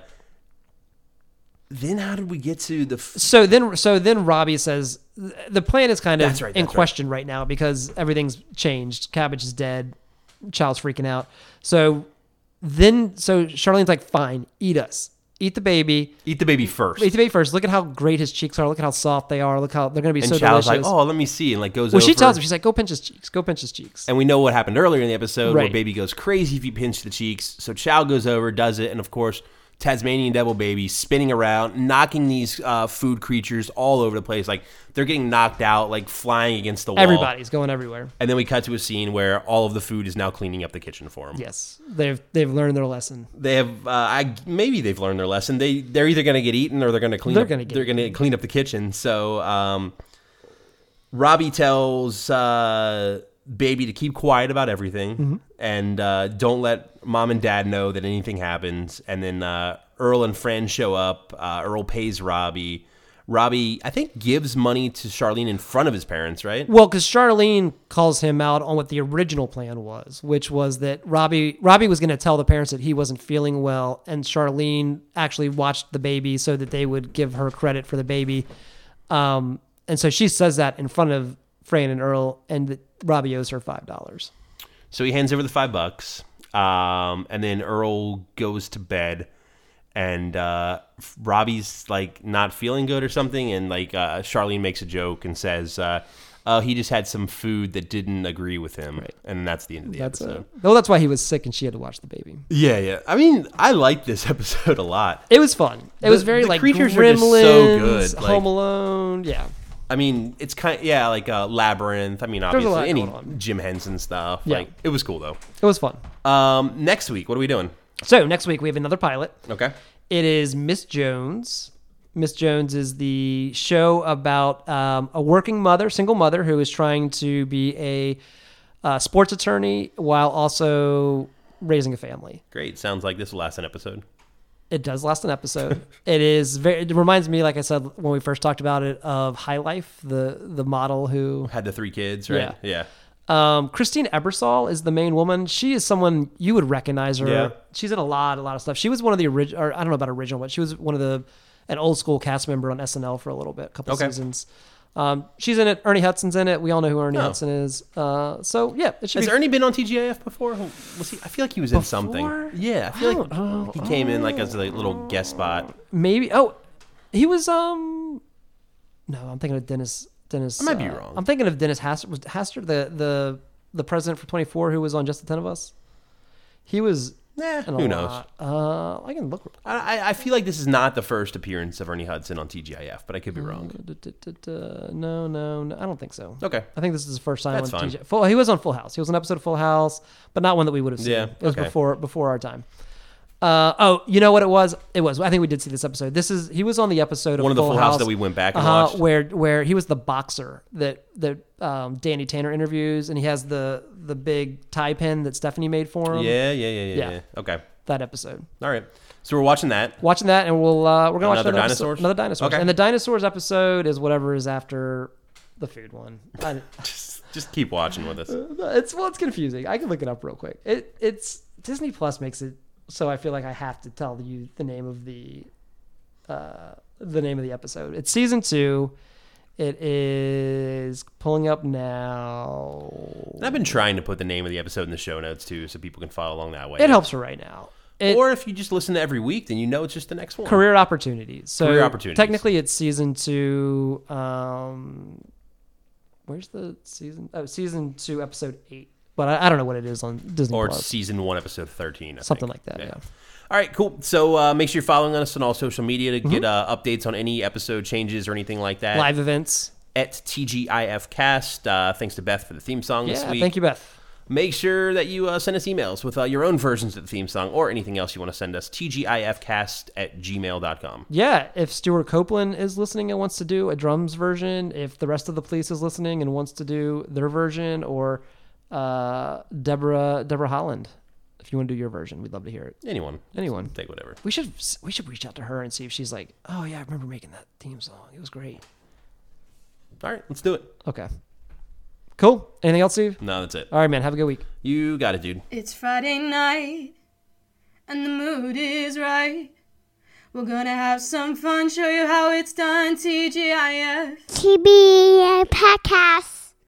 Speaker 2: then how did we get to the? F-
Speaker 3: So then, so then Robbie says th- the plan is kind of
Speaker 2: That's right,
Speaker 3: in
Speaker 2: that's right.
Speaker 3: question right now because everything's changed. Cabbage is dead. Child's freaking out. So then, so Charlene's like, "Fine, eat us." Eat the baby.
Speaker 2: Eat the baby first.
Speaker 3: Eat the baby first. Look at how great his cheeks are. Look at how soft they are. Look how they're gonna be
Speaker 2: and
Speaker 3: so
Speaker 2: Chow's
Speaker 3: delicious.
Speaker 2: like, oh, let me see, and like goes.
Speaker 3: well, she
Speaker 2: over.
Speaker 3: tells him she's like, go pinch his cheeks. Go pinch his cheeks.
Speaker 2: And we know what happened earlier in the episode where
Speaker 3: Right.
Speaker 2: Baby goes crazy if you pinch the cheeks. So Chow goes over, does it, and of course, Tasmanian Devil Baby spinning around, knocking these uh, food creatures all over the place. Like they're getting knocked out, like flying against the wall.
Speaker 3: Everybody's going everywhere.
Speaker 2: And then we cut to a scene where all of the food is now cleaning up the kitchen for them.
Speaker 3: Yes, they've they've learned their lesson.
Speaker 2: They have, uh, I maybe they've learned their lesson. They they're either going to get eaten or they're going to clean.
Speaker 3: They're
Speaker 2: up,
Speaker 3: gonna get
Speaker 2: they're going to clean up the kitchen. So um, Robbie tells uh, baby to keep quiet about everything
Speaker 3: Mm-hmm.
Speaker 2: and uh, don't let mom and dad know that anything happens. And then uh, Earl and Fran show up. Uh, Earl pays Robbie. Robbie, I think, gives money to Charlene in front of his parents. Right?
Speaker 3: Well, because Charlene calls him out on what the original plan was, which was that Robbie Robbie was going to tell the parents that he wasn't feeling well, and Charlene actually watched the baby so that they would give her credit for the baby. Um, and so she says that in front of Fran and Earl, and that Robbie owes her five dollars.
Speaker 2: So he hands over the five bucks, um, and then Earl goes to bed, and uh, Robbie's like not feeling good or something, and like uh, Charlene makes a joke and says, uh, "Oh, he just had some food that didn't agree with him," and that's the end of the
Speaker 3: That's
Speaker 2: episode.
Speaker 3: it. No, that's why he was sick, and she had to watch the baby.
Speaker 2: Yeah, yeah. I mean, I like this episode a lot.
Speaker 3: It was fun. It was
Speaker 2: The-
Speaker 3: very
Speaker 2: the
Speaker 3: like
Speaker 2: creatures
Speaker 3: creatures
Speaker 2: are just so
Speaker 3: Gremlins,
Speaker 2: good, like-
Speaker 3: Home Alone. Yeah,
Speaker 2: I mean, it's kind yeah, like uh, Labyrinth. I mean,
Speaker 3: a
Speaker 2: obviously
Speaker 3: lot
Speaker 2: any
Speaker 3: going on.
Speaker 2: Jim Henson stuff.
Speaker 3: Yeah.
Speaker 2: Like, it was cool though.
Speaker 3: it was fun.
Speaker 2: Um, next week, what are we doing?
Speaker 3: So next week we have another pilot.
Speaker 2: Okay.
Speaker 3: It is Miss Jones. Miss Jones is the show about um, a working mother, single mother, who is trying to be a uh, sports attorney while also raising a family.
Speaker 2: Great. Sounds like this will last an episode.
Speaker 3: It does last an episode. it is very. It reminds me, like I said when we first talked about it, of High Life, the the model who
Speaker 2: Had the three kids, right? yeah.
Speaker 3: um, Christine Ebersol is the main woman. She is someone you would recognize her.
Speaker 2: Yeah.
Speaker 3: She's in a lot, a lot of stuff. She was one of the original, or I don't know about original, but she was one of the an old school cast member on SNL for a little bit, a couple
Speaker 2: Okay.
Speaker 3: seasons. Um, she's in it. Ernie Hudson's in it. We all know who Ernie
Speaker 2: Oh.
Speaker 3: Hudson is. Uh, so yeah, it should
Speaker 2: Has
Speaker 3: be.
Speaker 2: Ernie been on TGIF before? Who- Was he? I feel like he was in something.
Speaker 3: Before?
Speaker 2: Yeah, I feel like
Speaker 3: don't
Speaker 2: he came in like as a little guest spot.
Speaker 3: maybe. Oh, he was. Um, no, I'm thinking of Dennis. Dennis. I
Speaker 2: might be wrong.
Speaker 3: I'm thinking of Dennis Haster. Was Haster the the the president for 24 who was on Just the Ten of Us? He was.
Speaker 2: Nah,
Speaker 3: in a
Speaker 2: who knows?
Speaker 3: lot. Uh, I can look.
Speaker 2: I, I- I feel like this is not the first appearance of Ernie Hudson on TGIF, but I could be wrong.
Speaker 3: Du-du-du-du. No, no, no. I don't think so.
Speaker 2: Okay.
Speaker 3: I think this is the first time
Speaker 2: That's
Speaker 3: on
Speaker 2: fine.
Speaker 3: TJ. Full, he was on Full House. He was an episode of Full House, but not one that we would have seen.
Speaker 2: Yeah,
Speaker 3: It was
Speaker 2: okay.
Speaker 3: before before our time. Uh, oh, you know what it was? It was. I think we did see this episode. This is he was on the episode of
Speaker 2: One of the
Speaker 3: Full Uh-huh,
Speaker 2: Full House that we went back and watched.
Speaker 3: where where he was the boxer that that um, Danny Tanner interviews, and he has the the big tie pin that Stephanie made for him.
Speaker 2: Yeah, yeah, yeah, yeah, yeah,
Speaker 3: Yeah.
Speaker 2: Okay,
Speaker 3: that episode
Speaker 2: all right. So we're watching that.
Speaker 3: watching that, and we'll uh, we're gonna watch
Speaker 2: Another
Speaker 3: another
Speaker 2: dinosaurs?
Speaker 3: dinosaurs. Another dinosaurs,
Speaker 2: Okay.
Speaker 3: and the dinosaurs episode is whatever is after the food one. I,
Speaker 2: Just, just keep watching with us.
Speaker 3: it's well, it's confusing. I can look it up real quick. It it's Disney Plus makes it so I feel like I have to tell you the name of the uh, the name of the episode. It's season two. It is pulling up now.
Speaker 2: And I've been trying to put the name of the episode in the show notes too, so people can follow along that way.
Speaker 3: It helps for right now. It,
Speaker 2: Or if you just listen to every week, then you know it's just the next one.
Speaker 3: career opportunities. So
Speaker 2: Career opportunities.
Speaker 3: Technically, it's season two. Um, where's the season? Oh, season two, episode eight. But I, I don't know what it is on Disney
Speaker 2: Or it's
Speaker 3: Plus.
Speaker 2: season one, episode thirteen. I
Speaker 3: Something
Speaker 2: think.
Speaker 3: like that. Yeah.
Speaker 2: All right, cool. So uh, make sure you're following us on all social media to get uh, updates on any episode changes or anything like that.
Speaker 3: Mm-hmm. Live events.
Speaker 2: at TGIF Cast. Uh, thanks to Beth for the theme song this
Speaker 3: Yeah.
Speaker 2: week.
Speaker 3: Thank you, Beth.
Speaker 2: Make sure that you uh, send us emails with uh, your own versions of the theme song or anything else you want to send us. TGIFcast at gmail.com.
Speaker 3: Yeah. If Stuart Copeland is listening and wants to do a drums version, if the rest of the police is listening and wants to do their version, or uh, Deborah Deborah Holland, if you want to do your version, we'd love to hear it.
Speaker 2: Anyone.
Speaker 3: Anyone.
Speaker 2: Take whatever.
Speaker 3: We should we should reach out to her and see if she's like, oh yeah, I remember making that theme song. It was great.
Speaker 2: All right, let's do it.
Speaker 3: Okay. Cool. Anything else, Steve?
Speaker 2: No, that's it.
Speaker 3: All right, man. Have a good week.
Speaker 2: You got it, dude.
Speaker 1: It's Friday night, and the mood is right. We're gonna have some fun, show you how it's done, TGIF.
Speaker 6: TBA podcast.